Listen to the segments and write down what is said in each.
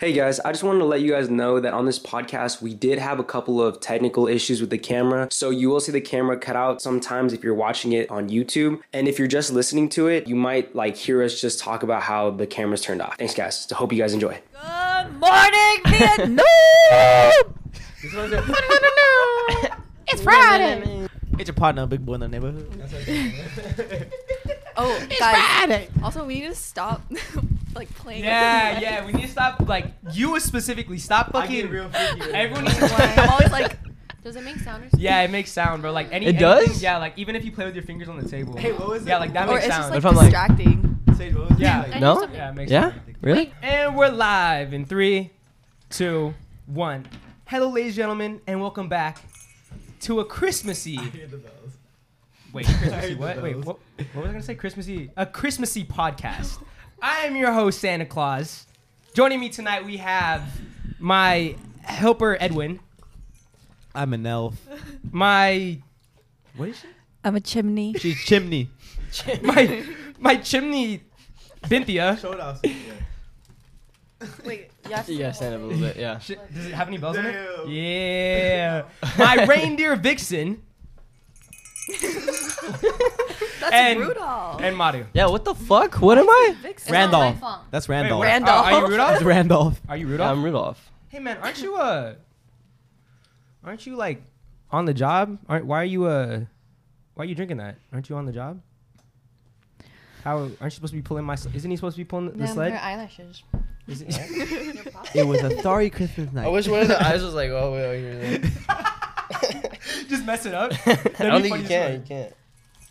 Hey guys, I just wanted to let you guys know that on this podcast, we did have a couple of technical issues with the camera. So you will see the camera cut out sometimes if you're watching it on YouTube. And if you're just listening to it, you might like hear us just talk about how the camera's turned off. Thanks guys. So hope you guys enjoy. Good morning, Vietnam. it's Friday. It's your partner, big boy in the neighborhood. Oh, guys. Also, we need to stop like playing. Yeah, yeah. We need to stop. Like you specifically, stop fucking. Everyone needs to. I'm always like, does it make sound or something? Yeah, it makes sound, bro. Like any. anything- It does? Yeah, like even if you play with your fingers on the table. Hey, what was it? Yeah, like that or makes it's just sound. like If I'm like- distracting. Sage, what was Yeah. it? I Like, know No? something- yeah, it makes Yeah? sound. Really? And we're live in three, two, one. Hello, ladies and gentlemen, and welcome back to a Christmassy. hear the bells. Wait, Christmassy the what? Wait, bells. what, what was I gonna say? Christmassy, a Christmassy podcast. I am your host Santa Claus. Joining me tonight, we have my helper Edwin, I'm an elf. my what is I'm a chimney. She's chimney. she? my my chimney, Binthia. Show it off. Sage, yeah. Wait, you have to You gotta stand up a little bit, yeah. Sh- Does it have any bells in it? Damn. Yeah. My reindeer Vixen That's and- Rudolph. and Madu. Yeah, what the fuck? What am I? Vixen. Randolph. That's Randolph. Wait, what- Are, are you Rudolph? That's Randolph. Are you Yeah, Rudolph? I'm Rudolph. hey man, aren't you uh aren't you like on the job? Aren't why are you uh why are you drinking that? Aren't you on the job? How aren't you supposed to be pulling my? sl- Isn't he supposed to be pulling the sled? eyelashes. Is it- It was a starry Christmas night. I wish one of the eyes was like, oh, wait, wait, wait, wait. Just mess it up. I don't think you can. You can't.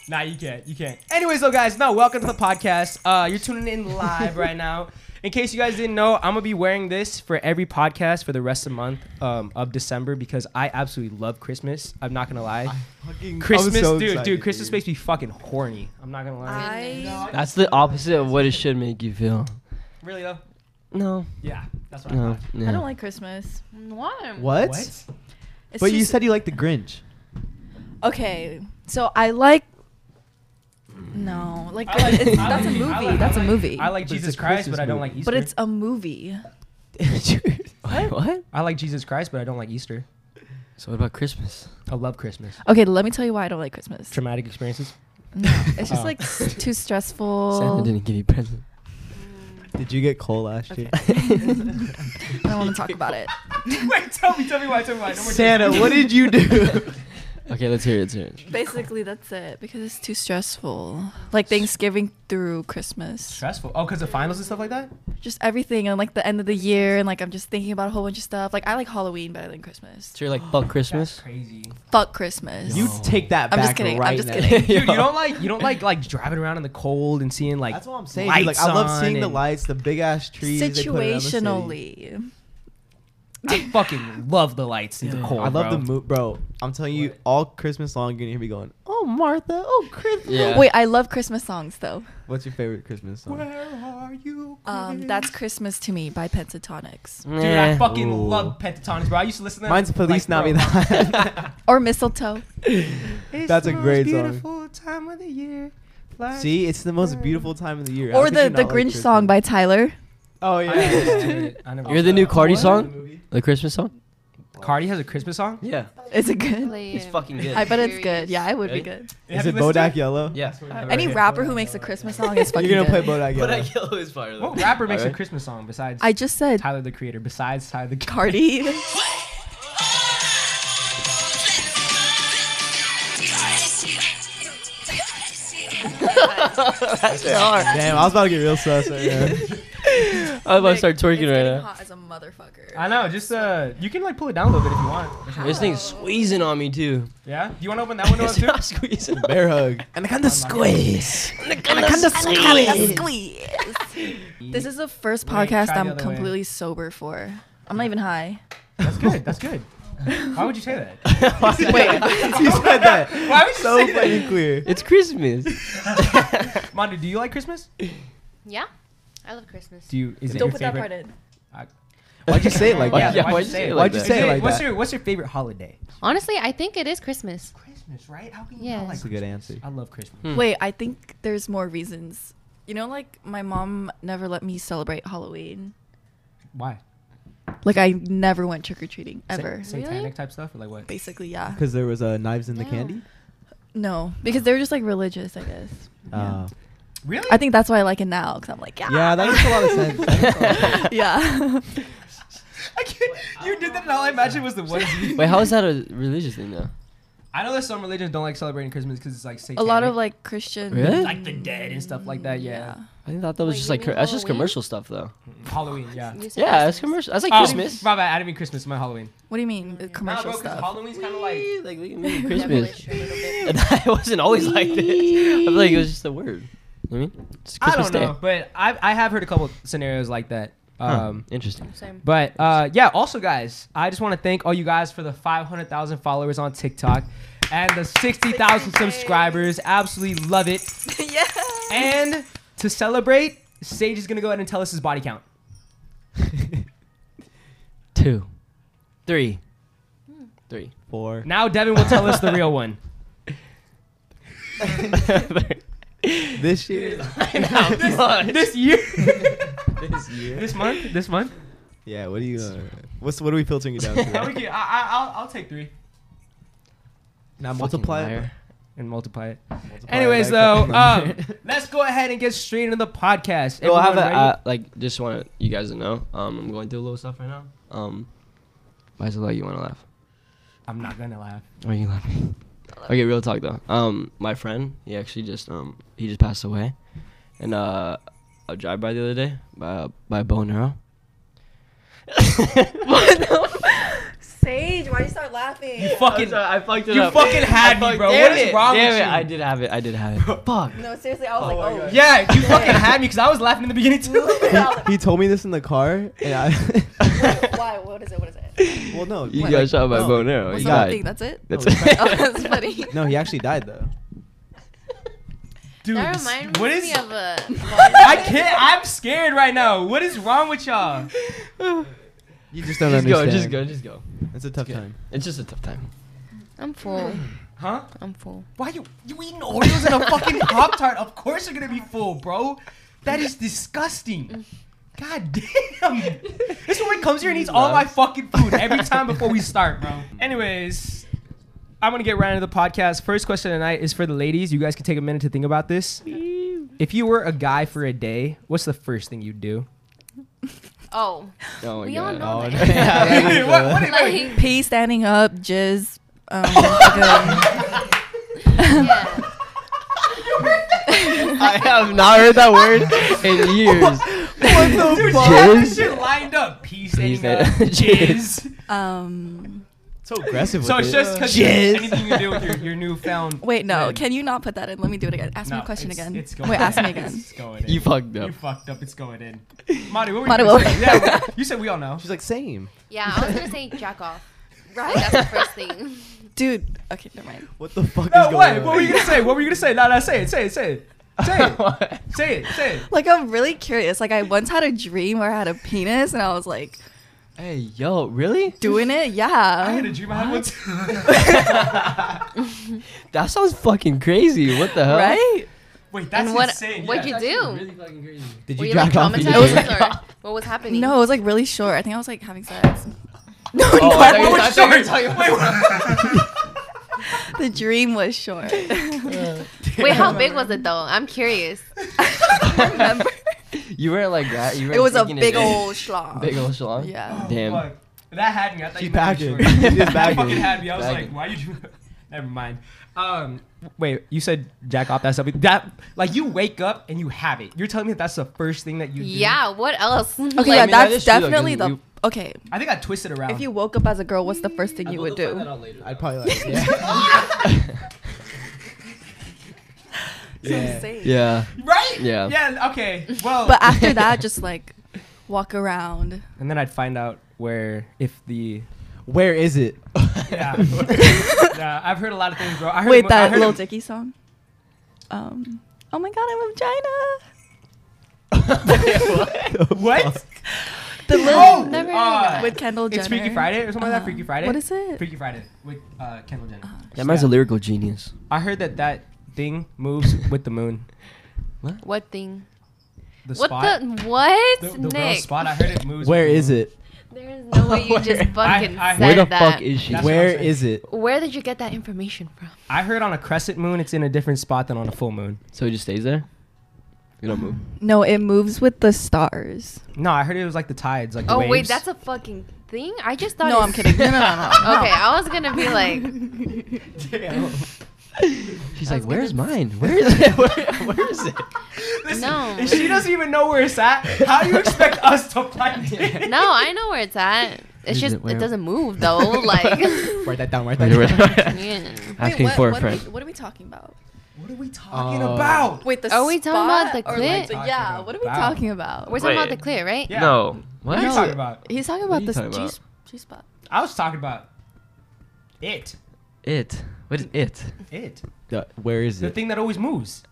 Nah, you can't. You can't. Anyways, though, guys, no, welcome to the podcast. Uh, you're tuning in live right now. In case you guys didn't know, I'm gonna be wearing this for every podcast for the rest of the month um, of December because I absolutely love Christmas. I'm not gonna lie. Fucking- Christmas, I'm so dude, excited, dude, Christmas makes me fucking horny. I'm not gonna lie. I That's the opposite of what it should make you feel. really though? No. Yeah, that's what I No. thought. no. I don't like Christmas. why? What? It's But you just- said you like the Grinch. okay. So I like. No, like, it's, I that's a like- movie. I like- that's I a like- movie. I like But it's Jesus a Christ, Christmas but I don't movie. like Easter. but it's a movie. Wait, what? I like Jesus Christ, but I don't like Easter. So what about Christmas? I love Christmas. Okay, let me tell you why I don't like Christmas. Traumatic experiences. No, it's just Oh. like s- too Santa stressful. didn't give you presents. Did you get cold last year? I don't want to talk about it. Wait, tell me, tell me why, tell me why. No more Santa, what did you do? Okay, let's hear it. Let's hear it. Basically, that's it because it's too stressful. Like Thanksgiving through Christmas, Stressful. Oh, because of finals and stuff like that? just everything, and like the end of the year, and like I'm just thinking about a whole bunch of stuff. Like I like Halloween better than Christmas. So you're like, fuck That's Christmas? crazy. Fuck Christmas. you No. take that I'm back just kidding, I'm right just now. kidding. Dude, you don't like you don't like like driving around in the cold and seeing like That's what I'm saying. dude. Like, I lights love seeing the on lights, the big ass trees. they put around the city. Situationally, I fucking love the lights in the cold. I bro. love the mood, bro. I'm telling you, all Christmas long, you're gonna hear me going, "Oh Martha, oh Christmas." Yeah. wait, I love Christmas songs though. What's your favorite Christmas song? Where are you? Um, that's Christmas to me by Pentatonics Dude, I fucking Ooh. love pentatonics, bro. I used to listen to them, Mine's Police like, Not Me bro. That. or Mistletoe. It's That's the a most great song. beautiful time of the year. Like- See, it's the most beautiful time of the year. How or could the you the not Grinch like song by Tyler. Christmas? Oh I never yeah. listened to it. I never You're the listened new to Cardi it. song? The Christmas song? Cardi has a Christmas song. Yeah. Is it good? It's fucking good. I bet it's good. Yeah, it would be good. Is it Bodak Yellow? Yeah. Any rapper who makes a Christmas song is fucking You're gonna play good. Bodak Yellow. Yellow is fire, What rapper makes a Alright. Christmas song besides I just said Tyler the Creator? Besides Tyler the Cardi. That's hard. Damn, I was about to get real sus. Right now. I'm about to Nick, start twerking it's right getting now. Hot as a motherfucker. I know. Just uh, you can like pull it down a little bit if you want. This thing's squeezing on me too. Yeah. Do you want to open that window up It's too? not squeezing. Bear hug. Anaconda squeeze. Anaconda squeeze. This is the first Wait, try podcast the I'm other way. completely sober for. I'm not even high. That's good. That's good. Why would you say that? You said that Why would you so say that? fucking clear. It's Christmas. Mandu, do you like Christmas? Yeah, I love Christmas. Do you? Is it Don't your put favorite? that part in. Why'd you say it like Why- Yeah, that? yeah, why'd you say it like Why'd you Is say it like what's that? your What's your favorite holiday? Honestly, I think it is Christmas. Christmas, right? How can you not Yes. like That's a good answer. I love Christmas. Hmm. Hmm. Wait, I think there's more reasons. You know, like my mom never let me celebrate Halloween. Why? Like I never went trick or treating Sa- ever. satanic Really? type stuff or like what? Basically, yeah. Because there was uh, knives in the No. candy. No, because they're just like religious, I guess. Yeah. Uh, Really? I think that's why I like it now, because I'm like, yeah. yeah, that makes a lot of sense. That makes a lot of sense. yeah. I can't- you did that, and all I imagined was the one. Wait, how is that a religious thing though? I know that some religions don't like celebrating Christmas because it's like satanic. a lot of like Christian. Really? like the dead and stuff like that. Yeah. I thought that was Wait, just you like mean that's just Halloween? commercial stuff though. Halloween. Yeah. You said Yeah, that's Christmas. commercial. That's like Oh, Christmas. My bad. I didn't mean Christmas. My Halloween. What do you mean? uh, Nah, Commercial bro, because stuff. Halloween's kind of like. Like, look at me, Devilish Christmas. a little bit. And I wasn't always like this. I feel like it was just a word. You know what I mean, it's I Christmas don't know, Day. but I I have heard a couple scenarios like that. Um, Interesting. Same. But uh, yeah, also guys, I just want to thank all you guys for the 500,000 followers on TikTok and the 60,000 subscribers. Absolutely love it. yeah. And to celebrate, Sage is gonna go ahead and tell us his body count. Uh, Two, three, three. Four. Now Devin will tell us the real one. This year. This year, This year. this month, this month. Yeah. What do you? Uh, what's what are we filtering it down to? I, I, will I'll take three now multiply. it- and multiply it. multiply it Anyways, by though, a couple um, numbers. let's go ahead and get straight into the podcast. Well, I have a, Everyone uh, like just want you guys to know. Um, I'm going through a little stuff right now. Um, why is it like you want to laugh? I'm not gonna laugh. Why are you laughing? Okay, real talk though. Um, my friend, he actually just um he just passed away, and uh, a drive by the other day by by Bo Nero. Sage, why you start laughing? Fucking, I fucked it You fucking had me, bro. What is wrong Damn with it, you? I did have it. I did have it. Fuck. No, seriously, I was like, oh. Yeah, you fucking had me because I was laughing in the beginning too. he, he told me this in the car, and I. Why? What is it? What is it? well, no. You what, got like- shot by no. Bo Nero. What's You the whole thing? died. That's it? That's Oh, that's funny. No, he actually died though. Dude, That this- reminds what me is? of a. I can't. I'm scared right now. What is wrong with y'all? You just don't Just go, understand. just go, just go. It's a tough time. It's just a tough time. I'm full. Huh? I'm full. Why you you eating Oreos and a fucking pop tart? Of course you're gonna be full, bro. That is disgusting. God damn. This woman comes here and eats all my fucking food every time before we start, bro. Anyways, I'm gonna get right into the podcast. First question tonight is for the ladies. You guys can take a minute to think about this. If you were a guy for a day, what's the first thing you'd do? Oh, Oh my we all god. know Oh, that. Wait, what- what did- like, P standing up, jizz. Um, fucking- yeah. I have not heard that word in years. uh, Dude, she had this shit lined up. Peace, Peace Peace and and- jizz. um, So aggressive. So with it's it. just because anything you do with your, your newfound. wait, no. friend. Can you not put that in? Let me do it again. Ask me No, a question it's- again. It's going wait, in. ask me again. It's going in. You fucked You up. fucked up. It's going in. Mari, what were Mari, you gonna what- say? Yeah, you said we all know. She's like same. yeah, I was gonna say jack off. Right? That's the first thing. Dude, okay, never mind. What the fuck is No, going what? on? What were you gonna say? What were you gonna say? Nah, nah, say it. Say it. Say it. Say it. Say it. Say it. Like, I'm really curious. Like, I once had a dream where I had a penis and I was like Hey, yo, really? doing it. I had Yeah. a dream. I had one too. That sounds fucking crazy. What the hell? Right? Wait, that's and what? insane. what'd yeah. you do? fucking crazy. Did Were you you like jack off? traumatized, or what was happening? No, it was like really short. I think I was like having sex. No, Oh, I thought no, you were- I thought you were talking about- Wait, what? the dream was short. Wait, how big was it though? I'm curious. Remember? You weren't like that. You were It was a big old schlong. big old schlong. Yeah. Damn. Fuck. That had me. I thought She you meant bagging. it was short. She just That fucking bagging. had me. I was like, Bagging. why you do? Never mind. Um, wait, you said jack off. That's something that like you wake up and you have it. You're telling me that's the first thing that you do. Yeah, what else? Okay, I yeah, mean, that that's is true, though, 'cause definitely the. you- okay, um, I think I twisted around. if you woke up as a girl, what's the first thing you would do? I'd probably like. yeah. Yeah. Right? Yeah. Yeah. Okay. Oh. Well. But after that, just like walk around. and then I'd find out where if the Where is it? yeah. yeah. I've heard a lot of things, bro. I heard Wait, mo- I that heard Lil Dicky song. Um. Oh my God, I'm a vagina. what? Oh, The Lil Never uh, with Kendall Jenner. It's Freaky Friday or something like that. Freaky Friday. What is it? Freaky Friday with uh, Kendall Jenner. That man's a lyrical genius. I heard that that thing moves with the moon. What thing? The What spot. the what? The, the girl Nick, spot. I heard it moves. Where with the is moon. it? there is no way you just fucking I- I- said Where the that. fuck is she? That's what Where I'm saying. is it? Where did you get that information from? I heard on a crescent moon, it's in a different spot than on a full moon. so he just stays there? You don't move. No, it moves with the stars. No, I heard it was like the tides, like. Oh the waves. wait, that's a fucking thing. I just thought. No, it's- I'm kidding. No, no, no, no. Okay, I was gonna be like, Damn. She's like, where's mine? Where is it? Where, where is it? no, If she doesn't even know where it's at, how do you expect us to find it? no, I know where it's at. It's Is just it it where- doesn't move though. Like, Write that down. Write that down. Asking what, yeah. for a what, are we, friend. what are we talking about? What are we talking Uh, about? Wait, the Are we talking about spot the or, like, clit? the- Talking yeah, what are we about. talking about? we're talking about Wait. the clear, right? Yeah. No. What? What are you talking about? He's talking about What are you this talking about? G, G spot. I was talking about it. It. What is it? It. Yeah, Where is The it? thing that always moves.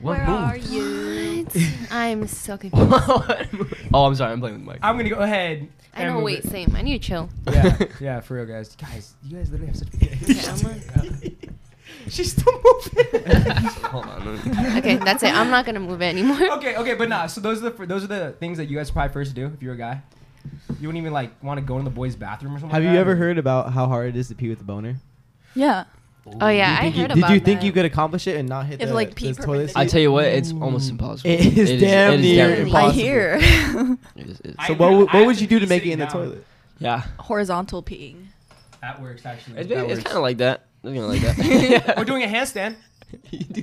What Where moves? are you? I'm so confused. What moves? oh, I'm sorry. I'm playing with Mike. I'm gonna go ahead. I and know. move Wait, it. same. I need to chill. Yeah, yeah, for real, guys. Guys, you guys literally have such. Yeah, I'm like- She's still moving. Hold on. let me- okay, that's it. I'm not gonna move it anymore. okay, okay, but nah. So those are the fir- those are the things that you guys probably first do if you're a guy. You wouldn't even like want to go in the boys' bathroom or something. Have like you that, ever or- heard about how hard it is to pee with a boner? Yeah. Oh Do yeah, I you think you- heard did about you think that. you could accomplish it and not hit If, the, like, pee the toilet I seat? tell you what, it's almost impossible. It is damn near I Impossible. hear it is- it is- I- so what, would- I what would have you to do to pee make it sitting in the down. toilet? yeah. horizontal peeing. That works actually. It's, That it's works. kind of like that. It's kind of like that. We're doing a handstand. You do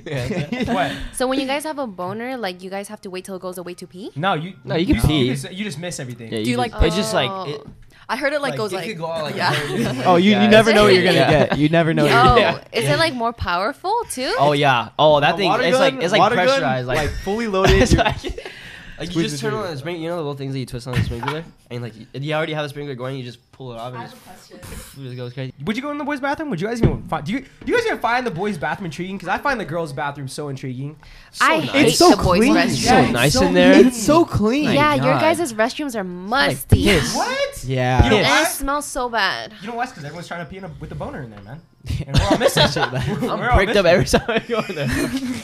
that. what? So when you guys have a boner, like you guys have to wait till it goes away to pee. No, you. No, you can pee. You just, you just miss everything. Yeah, you like- It's just like. Oh. It, I heard it like, goes it like. could go all, like, yeah. very- Oh, you, Yeah, you it's- never know what you're gonna Yeah. get. You never know. what you're Oh, gonna Yeah. is it like more powerful too? oh yeah. Oh, that thing. water It's like gun- it's like water gun, pressurized. Like, like, fully loaded, It's you're- like, like you Squeeze just it turn through. on the sprinkler. You know the little things that you twist on the sprinkler, and like you, you already have the sprinkler going. You just pull it off and just, it just goes crazy. Would you go in the boys' bathroom? Would you guys even find? Do you, do you guys even find the boys' bathroom intriguing? Because I find the girls' bathroom so intriguing. I nice. hate It's so the boys' clean. restroom. So Yeah, nice in there. It's so clean. Yeah, your God. guys' restrooms are musty. piss. What? Yeah. You know And it why? smells so bad. You know why? Because everyone's trying to pee in a, with a boner in there, man. And we're all missing shit. We're I'm all bricked missing up every it. time I go in there.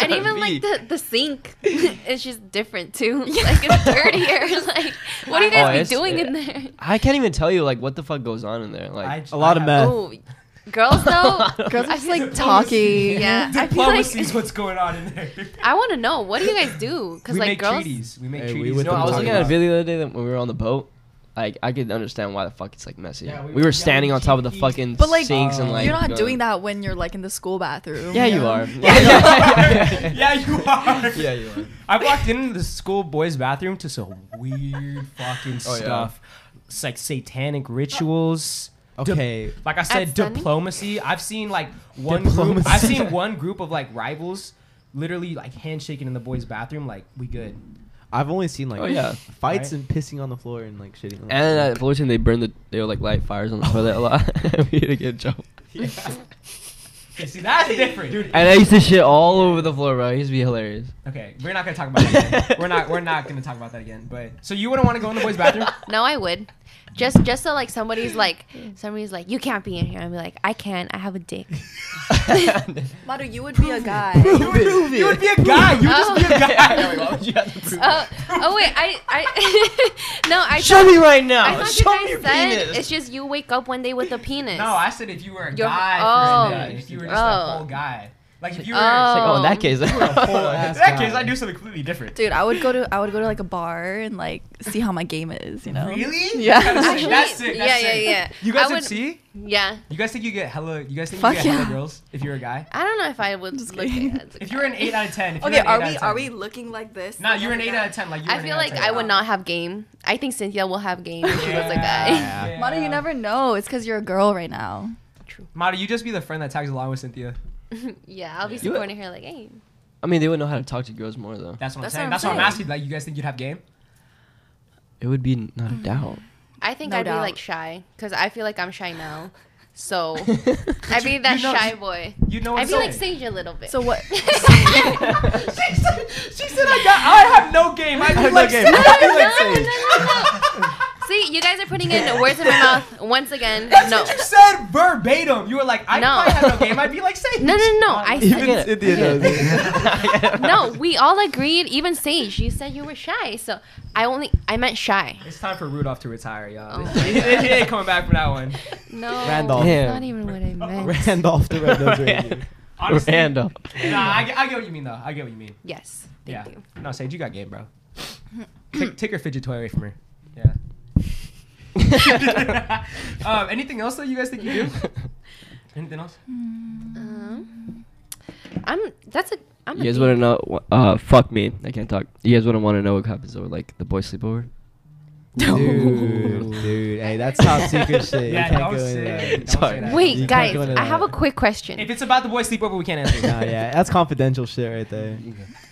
And even like the, the sink is just different too. Like it's dirtier. like what do you Oh, it's- guys be doing uh, it- in there? I can't even tell you like what the fuck goes on in there. Like j- A lot of have- meth. Oh, girls though. uh. Girls are just like Diplomacy. talking. Yeah, I feel like Diplomacy is what's going on in there. I want to know what do you guys do? Because we like make girls, treaties. We make Hey, we treaties. with no, them I was talking looking at a about- video the other day that when we were on the boat. Like I could understand why the fuck it's like messy. Yeah, we we, were- were yeah, standing we on top of the keep- fucking But, like, sinks and like You're not going- doing that when you're like in the school bathroom. Yeah, you are. yeah, you are. yeah, you are. I walked into the school boys' bathroom to some weird fucking Oh, yeah. stuff. It's like satanic rituals. Okay. Like I said, Sunny? diplomacy. I've seen like one group. Diplomacy. I've seen one group of like rivals, literally like handshaking in the boys' bathroom. Like we good. I've only seen like Oh, yeah. Right? fights and pissing on the floor and like shitting. On the And at Fullerton, they burned the they would like light fires on the toilet a lot. we had to get in trouble. Okay, see that's different, dude. And I used to shit all over the floor, bro. It used to be hilarious. Okay, we're not gonna talk about that. Again. We're not. We're not gonna talk about that again. But so you wouldn't want to go in the boys' bathroom? no, I would. Just just so like somebody's like somebody's like you can't be in here. I'm like I can. I have a dick. Maru, you would be a guy. you, would, you would be a guy. You would just be a guy. Oh, oh wait, I, I, no, I. Show thought- me right now. I thought you Show me guys your said penis. it's just you wake up one day with a penis. no, I said if you were a You're- guy, for oh. a minute, if you were just Oh. a whole guy. Like if you were, Oh. It's like, oh, in that case, a whole ass in that case, guy. I do something completely different. Dude, I would go to I would go to like a bar and like see how my game is, you know. Really? Oh. Yeah. That's sick. That's Actually, sick. That's yeah, yeah, sick. yeah. You guys I would would- see. Yeah. You guys think you get hella? You guys think Fuck you get hella yeah. girls if you're a guy? I don't know if I would look kidding. at it as a If you were an guy. eight out of ten. If you were Okay, an eight are out we of 10. are we looking like this? Nah, you're an eight out of ten. Like you were I an feel eight like out of I 10. would not have game. I think Cynthia will have game if she was a guy. Yeah. Yeah. uh, Manu, you never know. It's because you're a girl right now. Mata, you just be the friend that tags along with Cynthia. yeah, I'll be You- supporting her like, hey. I mean, they would know how to talk to girls more though. That's what That's I'm saying. what I'm That's what I'm saying. asking. Like, you guys think you'd have game? It would be not a doubt. I think No I'd be doubt. like shy because I feel like I'm shy now. So I'd be that you know- shy boy. You know what I'd I'm be like saying. Sage a little bit. So what? she, said, she said I got. I have no game. I, have have no like, game. Sage. I no, feel like no, no, Sage. no, no. See, you guys are putting in words in my mauth once again. That's no. what you said verbatim. You were like, I No. probably have no game. I'd be like Sage. No, no, no, no. I Even said, Cynthia knows. it. no, we all agreed. Even Sage, you said you were shy. So I only, I meant shy. It's time for Rudolph to retire, y'all. Oh my he, he ain't coming back from that one. No, Randolph. Yeah. that's not even what I meant. uh, Randolph the Red Nose Reindeer. Honestly, Random. Nah, I, get- I get what you mean though. I get what you mean. Yes, thank Yeah. you. No, Sage, you got game, bro. take, take your fidget toy away from her. Yeah. um, anything else that you guys think you do? Anything else? Mm. Um, I'm. That's a. I'm You a guys dick. want to know? Uh, fuck me. I can't talk. You guys want to want to know what happens over like the boy sleepover? Dude, dude, hey, that's top secret shit. Yeah, you can't don't go in say there. that. Don't say Sorry. that. You Wait, can't guys, go into I have a that. quick question. If it's about the boy sleepover, we can't answer. it. Nah, yeah, that's confidential shit right there.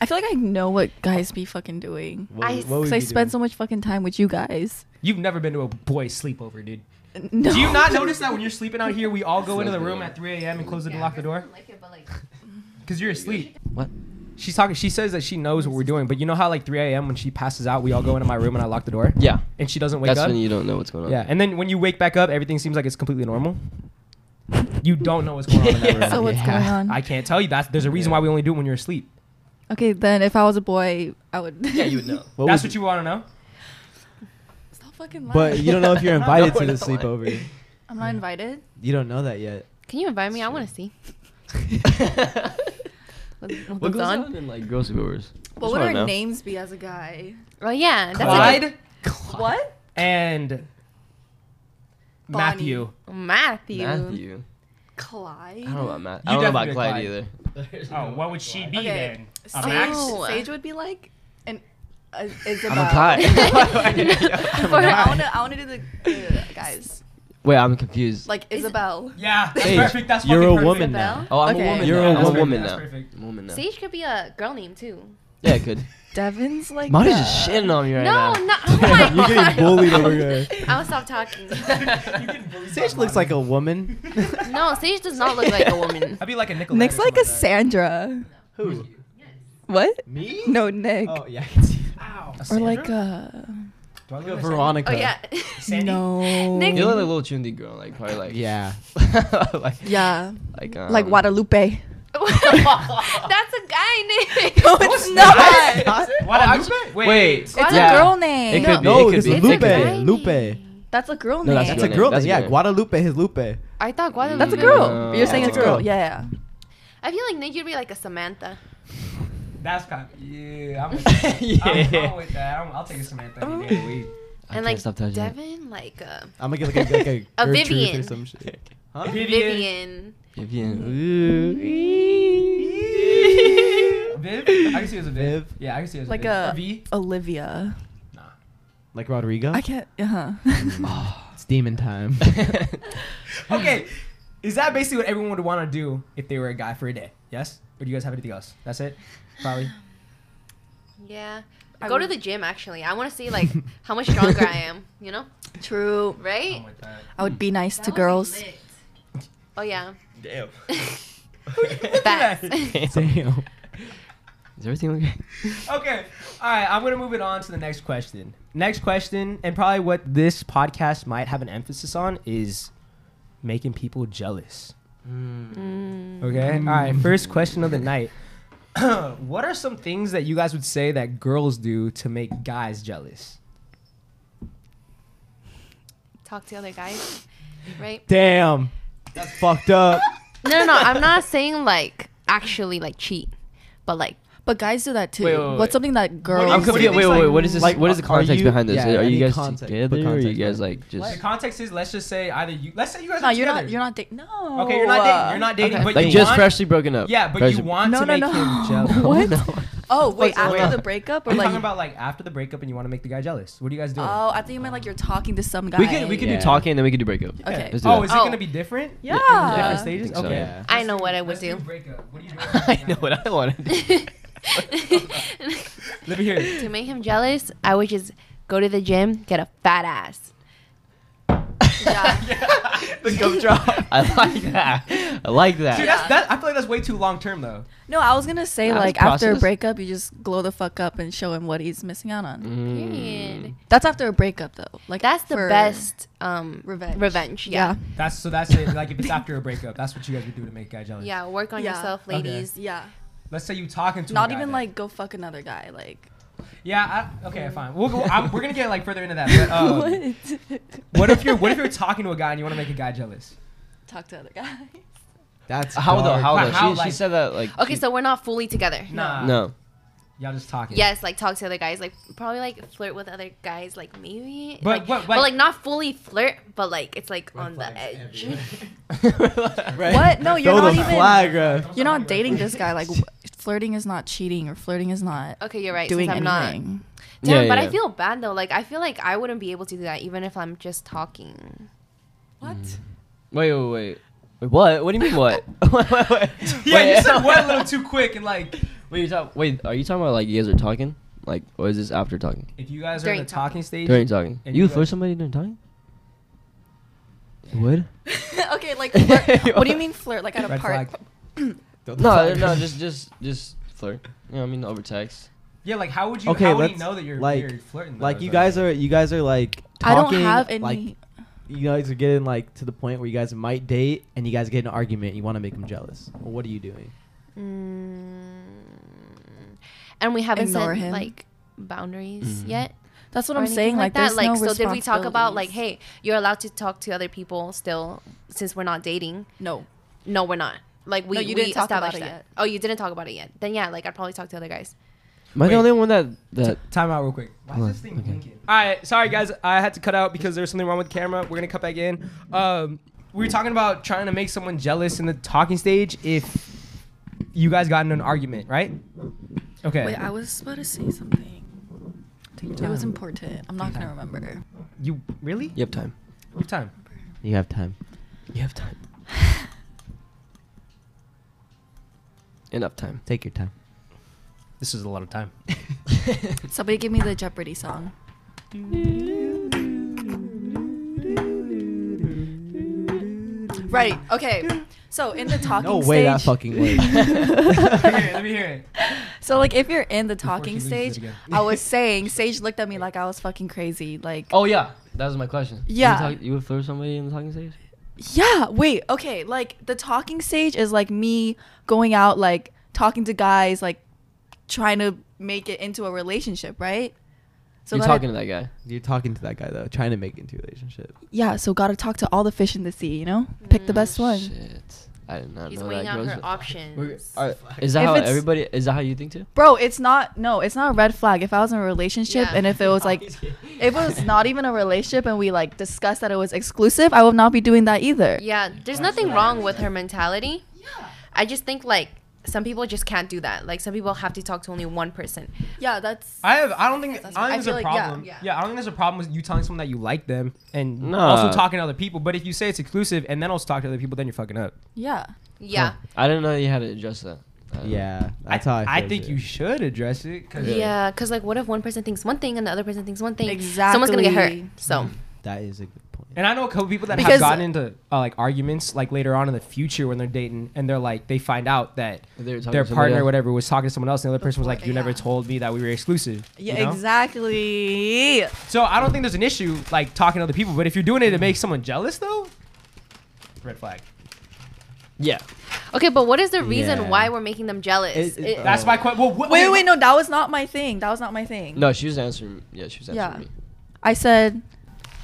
I feel like I know what guys be fucking doing. What, I- what would Because Oh, you I do? spend so much fucking time with you guys. You've never been to a boy sleepover, dude. N- No. Do you not notice that when you're sleeping out here, we all go into the room at 3 a.m. and close it and lock the door? Because you're asleep. What? She's talking. She says that she knows what we're doing, but you know how like 3 a.m. when she passes out, we all go into my room and I lock the door, Yeah. and she doesn't wake That's up. when you don't know what's going on. yeah, and then when you wake back up, everything seems like it's completely normal. You don't know what's going on in that room. So what's Yeah. going on? I can't tell you that. There's a reason why we only do it when you're asleep. okay, then if I was a boy, I would. Yeah, you would know. What That's would what you want to know. Stop fucking lying. But you don't know if you're I'm not invited to going the to the sleepover. I'm not invited. You don't know that yet. Can you invite me? I want to see. What's, what's what goes on? on? in like girl sleepovers? What Just would wanna our know. names be as a guy? Oh yeah, that's like Clyde What? and Bonnie. Matthew. Matthew. Matthew. Clyde. I don't know about Matt. You I don't know about definitely Clyde, Clyde. either. Oh, what would she be Okay. then? A Sage, Max? Max? Sage would be like an uh, Isabel. Oh. I'm a guy. For- I want to. I want to do the uh, guys Wait, I'm confused. like Isabel. Yeah, that's Sage, perfect. That's you're fucking a perfect. woman now. Belle? oh, I'm Okay. a woman. You're now. a I'm woman. woman That's now. perfect. I'm a woman now. Sage could be a girl name too. Yeah, it could. Devin's like. Mama's the- just shitting on me right no, now. no. Oh my You're god. getting bullied over here. I'll stop talking. Sage looks like a woman. No, Sage does not look like a woman. I'd be like a Nicolette. Nick's or like a something Sandra. Who? What? Me? No, Nick. Oh yeah, I can see. that. or Sandra? like uh, a. Do I look like Go Sandra? Veronica. Oh yeah. Sandy? No. Nick- You look like a little trendy girl, like probably like Yeah. like Yeah. like um, like Guadalupe. that's a guy name. No, it's not. Guadalupe? Oh, Wait. Wait. That's Yeah. a girl name. It could be. No, it this could is be. It's a Lupe. guy Lupe. name. That's a girl No, name. that's That's a a name. girl. That's That's a yeah, girl. Guadalupe. His Lupe. I thought Guadalupe. That's a girl. No. But You're saying it's That's a a girl. girl. Yeah, I feel like Nick, you'd be like a Samantha. That's kind of, yeah, I'm with that. I'm, I'm Yeah. with that. I'm, I'll take a Samantha any day of the week. I and can't like stop touching it. Devin, like uh, I'm gonna get like a, like a, A Gertrude or Vivian. some shit. Vivian. Vivian. Viv? I can see it as a Viv. Viv. Yeah, I can see it as Like a Viv. Or a- V. Olivia. Like Rodrigo. I can't. Uh huh. It's demon time. Okay. Is that basically what everyone would want to do if they were a guy for a day? Yes? Or do you guys have anything else? That's it? Probably. Yeah. I Go to would- the gym actually. I want to see like how much stronger I am. You know, True. right? with that. I would be nice to girls. Oh yeah. Damn. Facts. Damn. Is everything okay? Okay. All right. I'm going to move it on to the next question. Next question, and probably what this podcast might have an emphasis on is making people jealous. Mm. Okay. All right. Mm. First question of the night. what are some things that you guys would say that girls do to make guys jealous? Talk to other guys, right? Damn. That's fucked up. No, no, no. I'm not saying like actually like cheat, but like But guys do that too. Wait, wait, wait. What's something that girls? I'm What do you confused. think's Wait, wait, wait. like- What is this? Like, what is the are context you- behind this? yeah, are I you need guys context, put together? or are you context guys behind like just The context is let's just say either you let's say you guys No, are you're together. not. You're not dating. No. Okay, you're not dating. You're not dating, but like you just want, freshly broken up? Yeah, but you Freshly- want No, to no, make no. him jealous. What? Oh Wait, wait, so wait. after the breakup or I'm like? talking about like after the breakup and you want to make the guy jealous. What are you guys doing? Oh, I think you meant like you're talking to some guy. We could we could Yeah. do talking and then we could do breakup. Yeah. okay. Let's do Oh, that. is it Oh. gonna be different? Yeah. In different I stages. think so, okay. yeah. I know what I would Let's do. breakup. What are you doing? I know what I want to do. Let me hear it. to make him jealous, I would just go to the gym, get a fat ass. Yeah. the gum drop. I like that. I like that. Dude, that's, that, I feel like that's way too long term though. No, I was gonna say That was like after a process. breakup, you just glow the fuck up and show him what he's missing out on. Mm. Mm. Period. That's after a breakup though. Like That's the for- best um Revenge. Revenge, yeah. That's so that's it. Like if it's after a breakup, that's what you guys would do to make a guy jealous. Yeah, work on Yeah. yourself, Okay. ladies. Yeah. Let's say you talking to a Not guy even then. like go fuck another guy. Like Yeah. I, okay. Fine. We'll go, I'm, we're gonna get like further into that. But, um, what? if you're What if you're talking to a guy and you want to make a guy jealous? talk to other guy. That's How though? How But though? how, she, she like- said that like. Okay, so we're not fully together. Nah. no. Y'all just talking. Yes, like talk to other guys, like probably like flirt with other guys, like maybe. But like, what- what- But like not fully flirt, but like it's like on the edge. What? No, you're Throw not the even. flag, bro. You're not dating this guy. Like wh- flirting is not cheating, or flirting is not Okay, you're right. doing since I'm anything. not. Damn, Yeah, but yeah. I feel bad though. Like I feel like I wouldn't be able to do that even if I'm just talking. What? Wait, wait, wait. Wait, what? What do you mean what? wait, wait, wait. Yeah. You Wait, said what a little too quick and like wait, you're talk- wait, are you talking about like you guys are talking? Like, or is this after talking? if you guys are During in the talking stage. During talking. And you you would flirt guys- somebody during talking? You would? Mm. okay, like flirt. what do you mean flirt? Like at a Red park? flag. No, no, just, just, just flirt. You know, what I mean, over text. Yeah. Like how would you? Okay, how would he let's- know that you're, like- you're flirting? though? Like you guys are you guys are like I don't talking, have any. Like, you guys are getting like to the point where you guys might date and you guys get in an argument. You want to make them jealous. Well, what are you doing? Mm. And we haven't Ignore set him. like boundaries Mm-hmm. yet. that's what or I'm anything saying. Like, there's Like, no so did we talk about like, responsibilities. hey, you're allowed to talk to other people still since we're not dating? No. No, we're not. Like we, No, you we didn't talk about established it that. yet. Oh, you didn't talk about it yet. Then yeah, like I'd probably talk to other guys. Am I Wait. the only one that that? Time out real quick. Why is Hold this on, thing okay. blinking? All right, sorry guys, I had to cut out because there was something wrong with the camera. We're gonna cut back in. Um, we were talking about trying to make someone jealous in the talking stage if you guys got in an argument, right? Okay. Wait, I was about to say something. It was important. I'm not gonna remember. you really? You have time. You have time. You have time. You have time. Enough time. Take your time. This is a lot of time. Somebody give me the Jeopardy song. Right. Okay. So in the talking No stage. way that fucking way. let me hear it. Let me hear it. So like if you're in the she talking loses it stage, again. I was saying Sage looked at me like I was fucking crazy. Like Oh yeah, that was my question. Yeah. You, would talk, you would flirt with somebody in the talking stage? yeah, wait, okay. Like the talking stage is like me going out, like talking to guys, like trying to make it into a relationship, right? So You're gotta- talking to that guy. You're talking to that guy though, trying to make it into a relationship. yeah, so gotta talk to all the fish in the sea, you know? Pick Mm. the best one. Shit, I did not He's know weighing that. out goes- her options. We're- are- is that If how it's- everybody? Is that how you think too? Bro, it's not no, it's not a red flag. If I was in a relationship Yeah. and if it was like if it was not even a relationship and we like discussed that it was exclusive, I would not be doing that either. Yeah, there's nothing wrong with her mentality. Yeah. I just think like some people just can't do that. Like some people have to talk to only one person. Yeah, that's I have. I don't think. I I don't think feel there's a like, yeah, problem. yeah. I don't think there's a problem with you telling someone that you like them and Nah. also talking to other people. But if you say it's exclusive and then also talk to other people, then you're fucking up. yeah. Yeah. I didn't know you had to address that. I don't know. Yeah, that's how I. I feel, think too. you should address it. 'cause- Yeah, because like, what if one person thinks one thing and the other person thinks one thing? Someone's gonna get hurt. Exactly. So That is a good point. And I know a couple people that have Because- gotten into uh, like arguments like later on in the future when they're dating and they're like they find out that They were talking their to somebody partner or else. whatever was talking to someone else and the other person was Before- like you never yeah. told me that we were exclusive. Yeah, you know? exactly. So I don't think there's an issue like talking to other people, but if you're doing it to make someone jealous though, red flag. Yeah. okay, but what is the reason Yeah. why we're making them jealous? It- it- It- That's Oh. my question. Well, wh- Wait, wait, no, that was not my thing. That was not my thing. No, she was answering. Yeah, she was Yeah. answering I said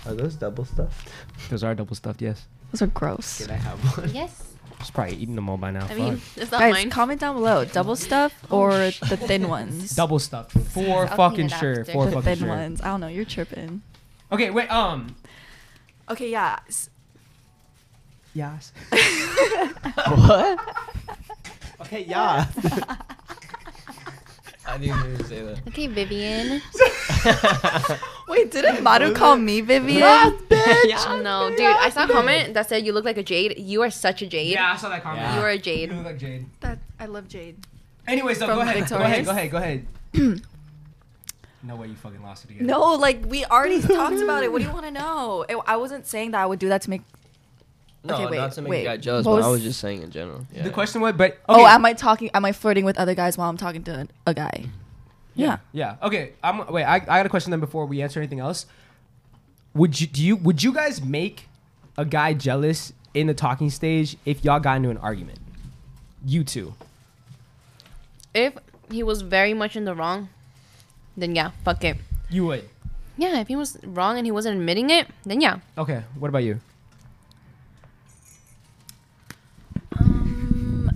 Are those double stuff? Those are double stuffed. Yes. those are gross. I have one? yes. She's probably eating them all by now. I Fuck. mean, it's not Guys, mine. comment down below. Double stuff or the thin ones? double stuffed for I'll fucking clean it sure. after. For the fucking thin sure. ones. I don't know. You're tripping. Okay, wait. Um. Okay, yeah. s- Yes. what? okay, yeah. I didn't hear you say that. Okay, Vivian. Wait, didn't Madu call me Vivian? Oh, no, dude, I saw a comment that said you look like a jade. You are such a jade. Yeah, I saw that comment. You are a You jade. look like Jade. That I love Jade. Anyways, though, From go ahead. Victorious. Go ahead. Go ahead. Go ahead. no way you fucking lost it again. No, like we already talked about it. What do you want to know? It- I wasn't saying that I would do that to make. No, Okay, wait, not to make wait. a guy jealous, What but I was- was just saying in general. Yeah. The question was, but okay. Oh, am I talking? Am I flirting with other guys while I'm talking to an- a guy? Yeah. Yeah. Okay. I'm wait. I, I got a question then before we answer anything else. Would you do you would you guys make a guy jealous in the talking stage if y'all got into an argument? You two. If he was very much in the wrong, then yeah, fuck it. You would. Yeah, if he was wrong and he wasn't admitting it, then yeah. Okay. What about you? Um,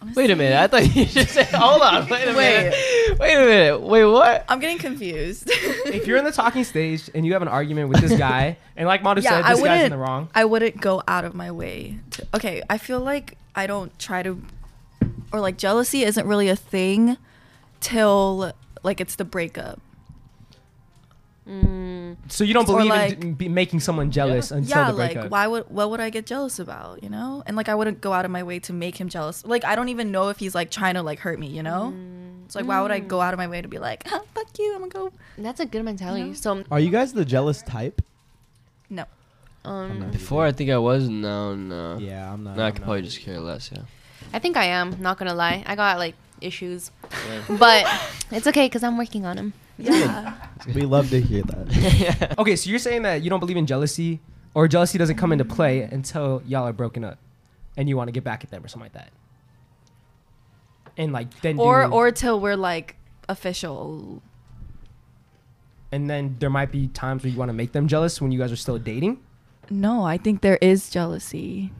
Mm. Wait a minute. I thought you just said. Hold on. Wait a minute. Wait a minute. Wait, what? I'm getting confused. If you're in the talking stage and you have an argument with this guy, and like Madu yeah, said, I this guy's in wouldn't. the wrong. I wouldn't go out of my way. To, okay, I feel like I don't try to, or like jealousy isn't really a thing, till like it's the breakup. Mm, So you don't Or believe like- in d- be making someone jealous until yeah, the like breakup. why would what would I get jealous about? You know, and like I wouldn't go out of my way to make him jealous. Like I don't even know if he's like trying to like hurt me. You know, it's like why would I go out of my way to be like, "Ah, fuck you, I'm gonna go. That's a good mentality. So, Are you guys the jealous type? No, um, Before I think I was. No, no. Yeah, I'm not. No, I could probably just care less. Yeah. I think I am. Not gonna lie, I got like issues, but it's okay because I'm working on them. We love to hear that. Okay, so you're saying that you don't believe in jealousy, or jealousy doesn't come into play until y'all are broken up, and you want to get back at them or something like that. And like then or do- or till we're like official. and then there might be times where you want to make them jealous when you guys are still dating. No, I think there is jealousy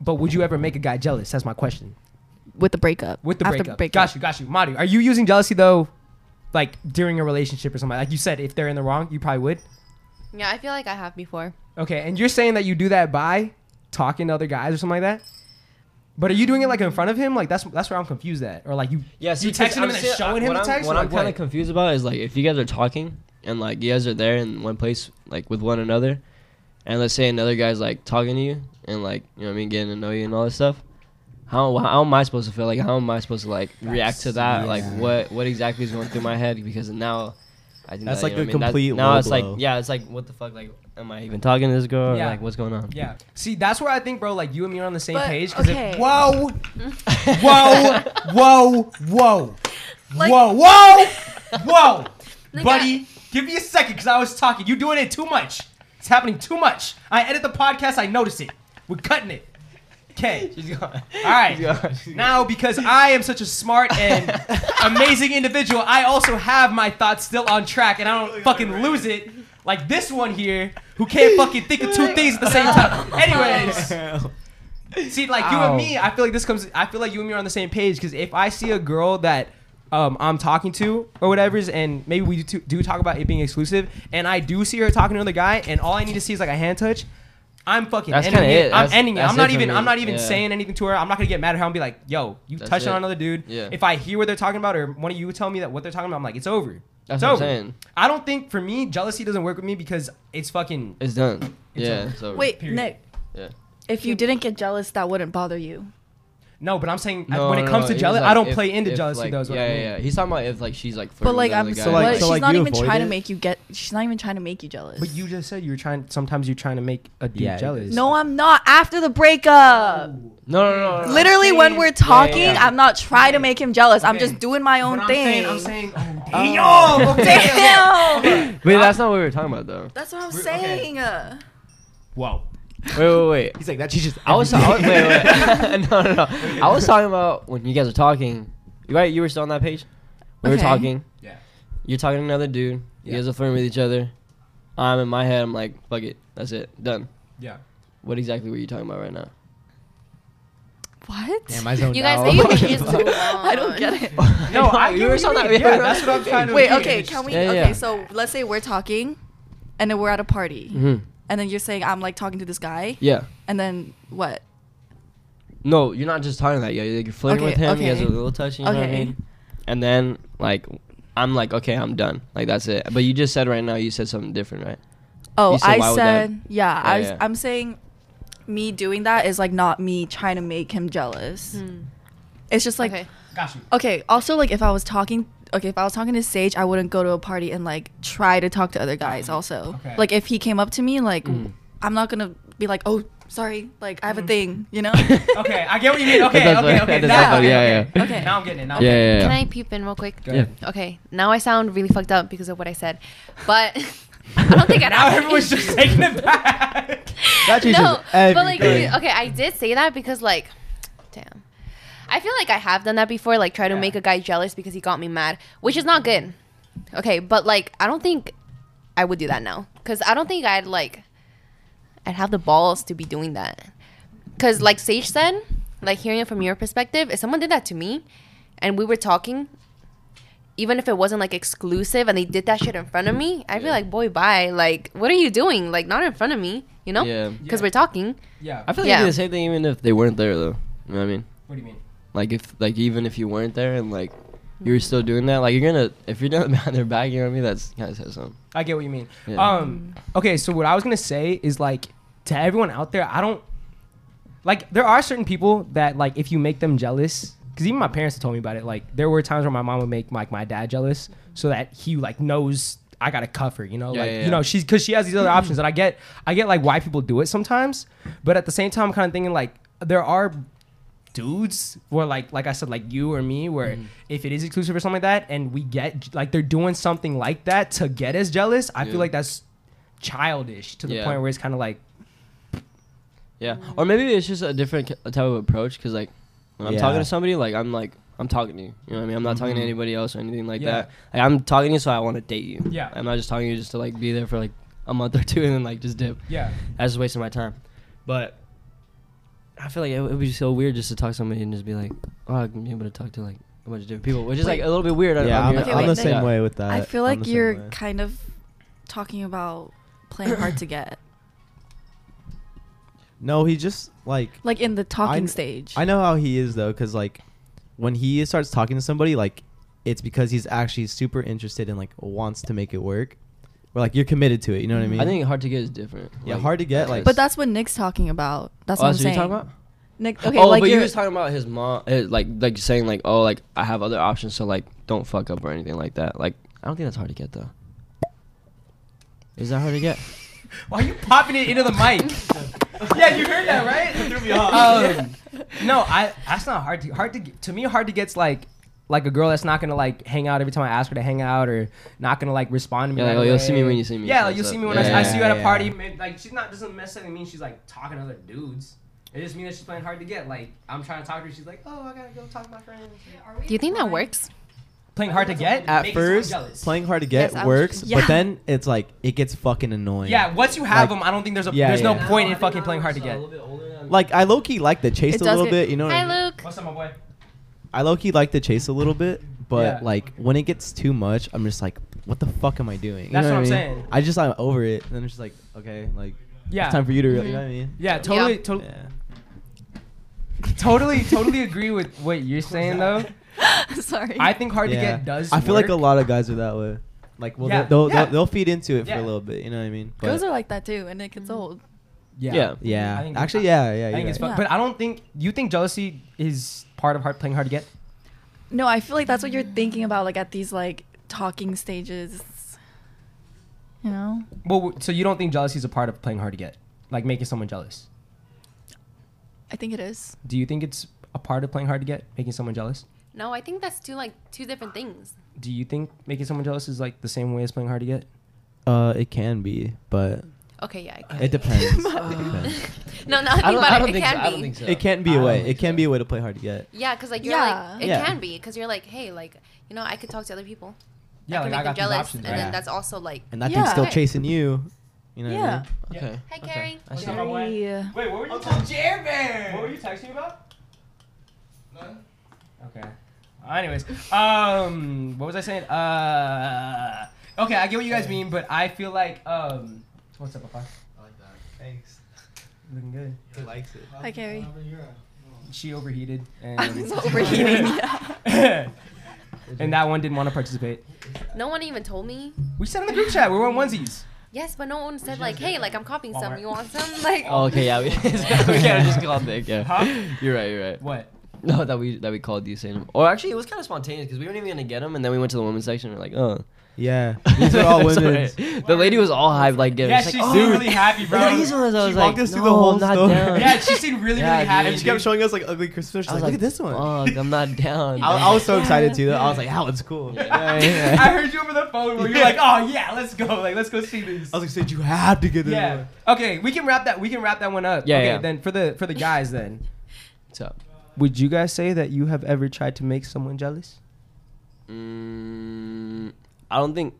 But would you ever make a guy jealous? That's my question. with the breakup. With the after breakup. Got you, got you. Madu, are you using jealousy though, like during a relationship or something? Like you said, if they're in the wrong, you probably would. Yeah, I feel like I have before. Okay, and you're saying that you do that by talking to other guys or something like that. But are you doing it like in front of him? Like that's that's where I'm confused at. Or like you Yeah, you texting him and then showing him what the I'm- text. What or I'm like kind what? of confused about is like if you guys are talking and like you guys are there in one place, like with one another, and let's say another guy's like talking to you and like you know what I mean, getting to know you and all this stuff. How, how am I supposed to feel? Like how am I supposed to like react to that? Like yeah. what what exactly is going through my head? Because now, I think That's that, like you the know what I mean? That- complete now low it's blow. like yeah, it's like what the fuck? Like am I even talking to this girl? Yeah. Or, like what's going on? Yeah. See, that's where I think, bro, like you and me are on the same But, page. 'cause if- okay. whoa. whoa. Whoa. Whoa. whoa. Whoa. Whoa. Buddy, give me a second because I was talking. You're doing it too much. It's happening too much. I edit the podcast, I notice it. We're cutting it. Okay. She's gone. All right. Now, because I am such a smart and amazing individual, I also have my thoughts still on track, and I don't fucking lose it like this one here, who can't fucking think of two things at the same time. Anyways. See, like you Ow. and me, I feel like this comes. I feel like you and me are on the same page because if I see a girl that um, I'm talking to or whatever's, and maybe we do, do talk about it being exclusive, and I do see her talking to another guy, and all I need to see is like a hand touch. I'm fucking That's ending kinda it. it. I'm That's- ending it. that's I'm not it for even. me. I'm not even Yeah. saying anything to her. I'm not gonna get mad at her and be like, "Yo, you That's touched on it. another dude." Yeah. If I hear what they're talking about, or one of you tell me that what they're talking about, I'm like, "It's over." it's That's what I'm over. saying. I don't think for me jealousy doesn't work with me because it's fucking. It's done. yeah. over. It's over. Wait, Period. Nick. Yeah. If you didn't get jealous, that wouldn't bother you. No, but I'm saying No, when it no, comes no, to was jealousy, like I don't if- play into if, jealousy. Like, though, is what yeah, I mean. yeah, yeah. He's talking about if like she's like. But flirting like with I'm another so guy, like- what- so, she's like, not you even avoid trying it? to make you get she's not even trying to make you jealous. But you just said you were trying. Sometimes you're trying to make a dude Yeah, it jealous. No, I'm not after the breakup. No, no, no, no, no. Literally when we're talking, yeah. I'm not trying to make him jealous. I'm Okay. just doing my own But I'm thing. saying, I'm saying, oh, damn, okay, Damn. Wait, that's not what we were talking about though. That's what I'm We're- okay. saying. Whoa. Wait, wait, wait. He's like that. She just. I was, I was wait, wait. no, no, no. I was talking about when you guys were talking. You Right, you were still on that page. We Okay. were talking. Yeah. You're talking to another dude. Yeah. You guys are flirting with each other. I'm in my head. I'm like, fuck it, that's it, done. Yeah. What exactly were you talking about right now? What? Damn, I zoned You guys out. think we should just move I don't on. get it. No, I you were get what talking you about- mean. yeah, Yeah, we're that's what on the I'm same trying to. Wait, do. okay, can we? Yeah, okay, yeah. so let's say we're talking, and then we're at a party, Mm-hmm. and then you're saying I'm like talking to this guy, Yeah. and then what? No, you're not just talking that. Yeah, you're like, you're flirting Okay, with him. You guys okay. are a little touching. You know what I Okay. mean? And then like, I'm like, okay, I'm done. Like that's it. But you just said right now, you said something different, right? Oh, You said why I would that- said yeah. Yeah, I was, yeah. I'm saying me doing that is like not me trying to make him jealous. It's just like Hmm. okay. Got you. Okay. Also, like if I was talking, okay, if I was talking to Sage, I wouldn't go to a party and like try to talk to other guys. Also, Okay. like if he came up to me, like Mm. I'm not gonna be like, oh, sorry, like I have a thing, you know? Okay, I get what you mean. That Okay, does okay, work. okay. That does now- work. okay, Yeah, okay. yeah. Okay. Now I'm getting it. Now Yeah, yeah, yeah. Can I peep in real quick? Go ahead. Okay, now I sound really fucked up because of what I said, but I don't think I. Now everyone's just taking it back. That changes no, but like, everything. okay, I did say that because like, damn, I feel like I have done that before. Like, try to Yeah. make a guy jealous because he got me mad, which is not good. Okay, but like, I don't think I would do that now because I don't think I'd like, I'd have the balls to be doing that. Because like Sage said, like hearing it from your perspective, if someone did that to me, and we were talking. Even if it wasn't like exclusive and they did that shit in front of me, I'd be Yeah. like, boy, bye. Like, what are you doing? Like, not in front of me, you know? Yeah. Because Yeah. we're talking. Yeah. I feel like Yeah. you do the same thing even if they weren't there though. You know what I mean? What do you mean? Like if like even if you weren't there and like you were still doing that, like you're gonna if you're doing it behind their back, you know what I mean? That's kind of says something. I get what you mean. Yeah. Um, okay, so what I was gonna say is like to everyone out there, I don't like there are certain people that like if you make them jealous, because even my parents told me about it. Like there were times where my mom would make like my dad jealous, so that he like knows I gotta cuff her. You know, Yeah, like yeah, you know yeah. she's because she has these other options that I get. I get like why people do it sometimes, but at the same time, I'm kind of thinking like there are dudes where like like I said like you or me where Mm-hmm. if it is exclusive or something like that and we get like they're doing something like that to get us jealous I Yeah. feel like that's childish to the Yeah. point where it's kind of like Yeah. Or maybe it's just a different ki- type of approach because like when I'm talking Yeah. to somebody, like I'm like I'm talking to you. You know what I mean? I'm not talking to anybody else or anything like Yeah. that. Like I'm talking to you, so I want to date you. Yeah. I'm not just talking to you just to like be there for like a month or two and then like just dip. yeah That's just wasting my time. But I feel like it would be so weird just to talk to somebody and just be like, oh, I'm able to talk to like a bunch of different people, which is like a little bit weird. on- yeah, on I'm, your- Okay, I'm wait, the then- same way with that. I feel I'm like the same you're way. kind of talking about playing hard to get, No, he just like like in the talking kn- stage. I know how he is though, because like when he starts talking to somebody, like it's because he's actually super interested and like wants to make it work. Or like you're committed to it. You know what I mean? Mm-hmm. I think hard to get is different. Yeah, hard to get, like- but that's what Nick's talking about. That's Oh, what I'm that's saying. you're talking about. Nick, okay, oh, like but you you're, was talking about his mom, his, like like saying like, oh, like I have other options, so like don't fuck up or anything like that. Like I don't think that's hard to get though. Is that hard to get? why are you popping it into the mic yeah you heard that right threw me off um, no I that's not hard to hard to get- to me hard to get's like like a girl that's not gonna like hang out every time I ask her to hang out or not gonna like respond to me Yeah, like, right oh, you'll see me away. when you see me. yeah like, That's you'll it. see me when Yeah, I, I yeah, see you at a yeah. party man, like she's not doesn't necessarily mean she's like talking to other dudes it just means that she's playing hard to get like I'm trying to talk to her she's like oh I gotta go talk to my friends Do you think that works? playing hard to get at making someone first jealous. playing hard to Yes, get I was works, Yeah. but then it's like it gets fucking annoying. Yeah, once you have Like- them, I don't think there's a Yeah, there's no yeah. point in fucking playing hard to get. Like I low key like the chase It a does little get- bit. You know what I mean? Hi, Luke. What's up, my boy? I low key like the chase a little bit, but Yeah. like when it gets too much, I'm just like, what the fuck am I doing? You That's what know I I'm mean? saying. I just I'm over it, and I'm just like, okay, like Yeah. it's time for you to, really, you know what I mean? yeah, totally, Yeah. to- Yeah. totally, totally agree with what you're saying though. sorry. I think hard to Yeah. get does. I feel like a work. lot of guys are that way. Like, well, Yeah. they'll, they'll, Yeah. they'll they'll feed into it Yeah. for a little bit. You know what I mean? Girls are like that too, and it gets old. Yeah. I yeah, think- actually, yeah, yeah. I you're think it's right. fun, but I don't think you think jealousy is part of hard playing hard to get. No, I feel like that's what you're thinking about, like at these like talking stages. You know, Well, w- so you don't think jealousy is a part of playing hard to get, like making someone jealous. I think it is. Do you think it's a part of playing hard to get, making someone jealous? No, I think that's two like two different things. Do you think making someone jealous is like the same way as playing hard to get? Uh, it can be, but Okay, yeah. I can. it depends. It depends. No, now I think don't, about I don't think it. It so. I can don't be. think so. It can be I a don't way. think It can be a way to play hard to get. Yeah, because like you're Yeah. like it Yeah. can be because you're like, hey, like you know, I could talk to other people. Yeah, like, that can make I them got these jealous, options, and right? then that's also like, and that Yeah. thing's still Hey. chasing you. You know. What I Yeah. mean? Okay. hey, okay. Carrie. I see. Yeah, my boy. Yeah. Wait, what were you? Uncle talking- Jeremy. What were you texting about? Okay. Anyways, um, what was I saying? Uh, okay, I get what you guys mean, but I feel like um, what's up, Papa? I like that. Thanks. Looking good. He likes it. Hi, Carrie. She overheated. And I was overheating. yeah. and that one didn't want to participate. No one even told me. We said in the group chat we're wearing onesies. Yes, but no one said like, hey, like I'm copying some. Walmart. You want some? Like, Oh, okay, yeah, we, we kind of just called it. Yeah, Huh? you're right, you're right. What? No, that we that we called you saying, or actually, it was kind of spontaneous because we weren't even gonna get them, and then we went to the women's section. and We're like, oh, Yeah. These are all It's women. alright. The lady was all hyped, like, getting. Yeah, she's she's like, seemed oh, really happy, look at bro. these ones. I was She like, walked us no, through the whole not store. down. Yeah, she seemed really, Yeah, really happy. dude. And she kept showing us like ugly Christmas. I She's was like, like, look at this one. Fuck, I'm not down. I, I was so excited too. Though. I was like, that one's cool. Yeah, yeah, yeah. I heard you over the phone where you're like, oh yeah, let's go, like let's go see these. I was like, said you had to get this yeah. Okay, we can wrap that. We can wrap that one up. Yeah, Okay, yeah. Then for the for the guys, then What's up? would you guys say that you have ever tried to make someone jealous? Mm, I don't think.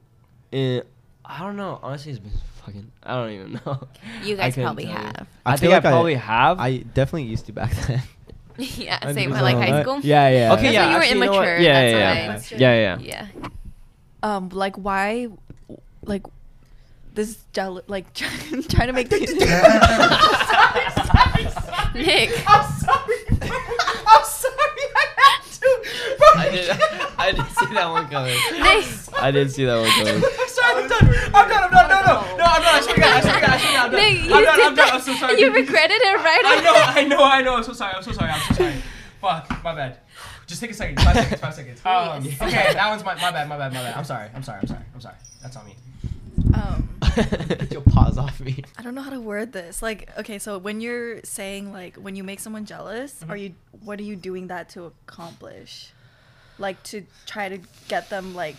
eh, I don't know. Honestly, it's been fucking. I don't even know. you I guys couldn't probably tell you. have. I, feel think I like I- probably have. I definitely used to back then. Uh, yeah, same. Like high school. Yeah, yeah. okay, That's yeah. why you were actually, know what? immature, yeah, that's yeah, why. yeah, yeah, yeah, yeah. Yeah. Um, like why, like this jealous, like trying to make. Nick. I'm sorry. bro. I'm sorry. I had to. Bro, I did. I didn't see that one coming. Nick. I didn't see that one coming. I'm sorry. I'm done. I'm done. I'm done. No, no, no. I'm not. I swear to God. I swear to God. I swear to God. I'm done. Nick, you I'm done. did I'm done. that. I'm so sorry. You regretted it right I know. away. I know. I know. I'm so sorry. I'm so sorry. I'm so sorry. Fuck. My bad. Just take a second. Five seconds. Five seconds. Oh, Um, Please. okay. That one's my, my bad. My bad. My bad. I'm sorry. I'm sorry. I'm sorry. I'm sorry. That's on me. um, Get your paws off me. I don't know how to word this. Like, okay, so when you're saying like when you make someone jealous, are you what are you doing that to accomplish? Like to try to get them like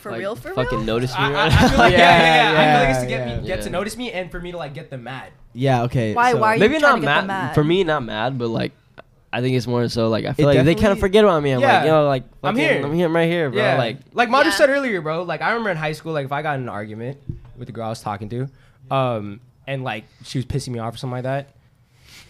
for Like, real, for fucking real. notice me. I, I, right I feel like yeah, yeah, yeah, I feel like yeah, it's to get me yeah. get to Yeah. notice me and for me to like get them mad. Yeah. Okay. Why- so- why are you- Maybe trying not to get mad. them mad? For me, not mad, but like, I think it's more so like I feel It like they kind of definitely- forget about me. I'm Yeah. like, yo, like I'm fucking- here. I'm here. I'm right here, bro. Yeah, Like, like like Madu Yeah. said earlier, bro. Like I remember in high school, like if I got in an argument with the girl I was talking to, um, and like she was pissing me off or something like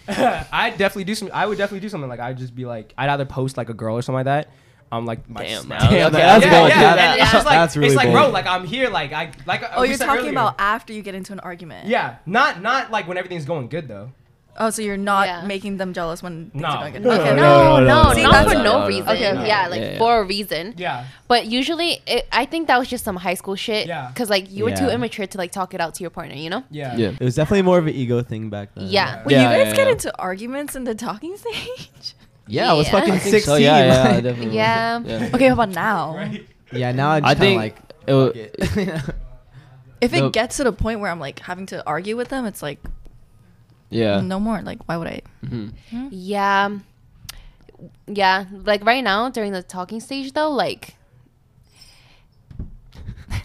that. I'd definitely do some. I would definitely do something like I'd just be like I'd either post like a girl or something like that. I'm like my Damn, snap- man. Okay, that's yeah, bold. yeah. That- and it's just like that's really it's like bro, bold. like I'm here, like I like. uh, Oh, we you're said talking earlier. about after you get into an argument. Yeah, not not like when everything's going good though. Oh, so you're not Yeah. making them jealous when things No. are going good. No, Okay, No, no, no, not no, for no, no no, reason. Okay, okay. Yeah, like Yeah, yeah. for a reason. Yeah, But usually, it, I think that was just some high school shit. Yeah. Because like you were too Yeah. immature to like talk it out to your partner, you know? yeah, yeah. It was definitely more of an ego thing back then. Yeah. Wait, Yeah, you guys yeah, get yeah. into arguments in the talking stage? Yeah. I was Yeah. fucking I I think sixteen. so, yeah, yeah, I like- definitely was. Yeah. yeah. Okay, how about now? Right? yeah. Now I just I kinda think like. it was, fuck it. If it No. gets to the point where I'm like having to argue with them, it's like yeah. no more. Like, why would I? Mhm. Yeah. Yeah. Like right now during the talking stage though, like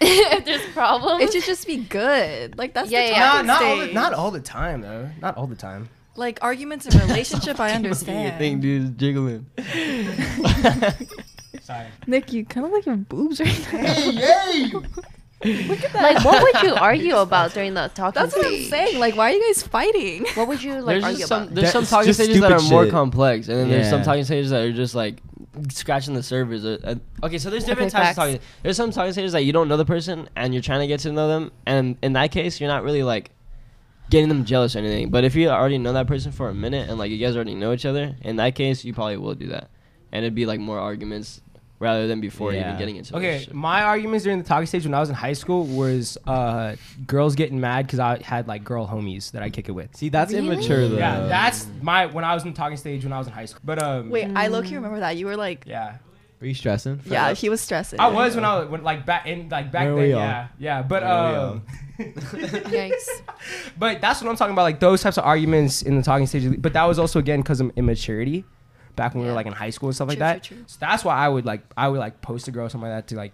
if there's problems. It should just be good. Like that's Yeah, the yeah. Not talking not all, stage. the, not all the time though. Not all the time. Like arguments in relationship, I understand. Thing, dude, is jiggling. Sorry. Nick, you kind of like your boobs right now. like what would you argue about during the talking That's what I'm stage? saying. Like, why are you guys fighting? What would you like There's argue just some, about? there's some That's talking just stages that are stupid more shit. complex, and then there's some Yeah. talking stages that are just like scratching the surface. Uh, uh, Okay, so there's different Okay, types facts. of talking. There's some talking stages that you don't know the person, and you're trying to get to know them, and in that case, you're not really like getting them jealous or anything. But if you already know that person for a minute, and like you guys already know each other, in that case, you probably will do that, and it'd be like more arguments rather than before Yeah. even getting into. a Okay, relationship. my arguments during the talking stage when I was in high school was uh, girls getting mad because I had like girl homies that I kick it with. See, that's Really? immature though. Yeah, that's my when I was in the talking stage when I was in high school. But um, Wait, I low key remember that. You were like, yeah, Were you stressing? yeah, he was stressing. I was when I was when, like back in like back Where then. we Yeah, are. yeah, but Where um, Yikes. but that's what I'm talking about, like those types of arguments in the talking stage. But that was also again because of immaturity. Back when we were Yeah. like in high school and stuff like True, that, true, true. so that's why I would like I would like post a girl or something like that to like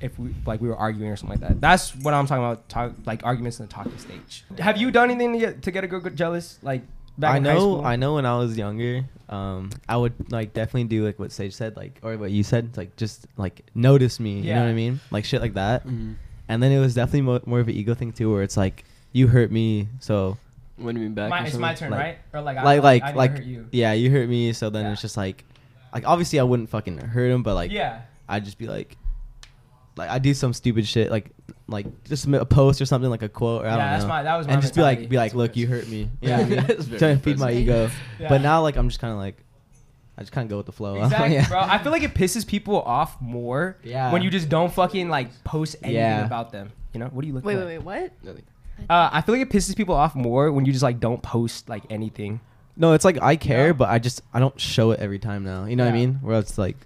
if we like we were arguing or something like that. That's what I'm talking about, talk, like arguments in the talking stage. Have you done anything to get to get a girl jealous? Like Back I in high know. school? I know. When I was younger, um, I would like definitely do like what Sage said, like or what you said, like just like notice me. You know what Yeah. Mm-hmm. I mean? Like shit like that. Mm-hmm. And then it was definitely mo- more of an ego thing too, where it's like you hurt me, so When you mean back, My, or it's something? my turn, Like- right? Or like, I- like I, like I didn't like hurt you. yeah, you hurt me. So then Yeah. it's just like like obviously I wouldn't fucking hurt him, but like yeah. I'd just be like like I do some stupid shit like like just a post or something like a quote or I Yeah, don't that's know. my- that was my and just be like mentality. be like That's look what it you hurt me. You know what I mean? That's very Trying to feed my ego. impressive. Yeah. But now like I'm just kind of like I just kind of go with the flow. Exactly, oh. yeah. bro. I feel like it pisses people off more Yeah. when you just don't fucking like post anything Yeah. about them. You know? What are you looking Wait, at? wait, wait. What? Uh, I feel like it pisses people off more when you just like don't post like anything. No, it's like I care, Yeah. but I just I don't show it every time now. You know what I Yeah. mean? Where it's like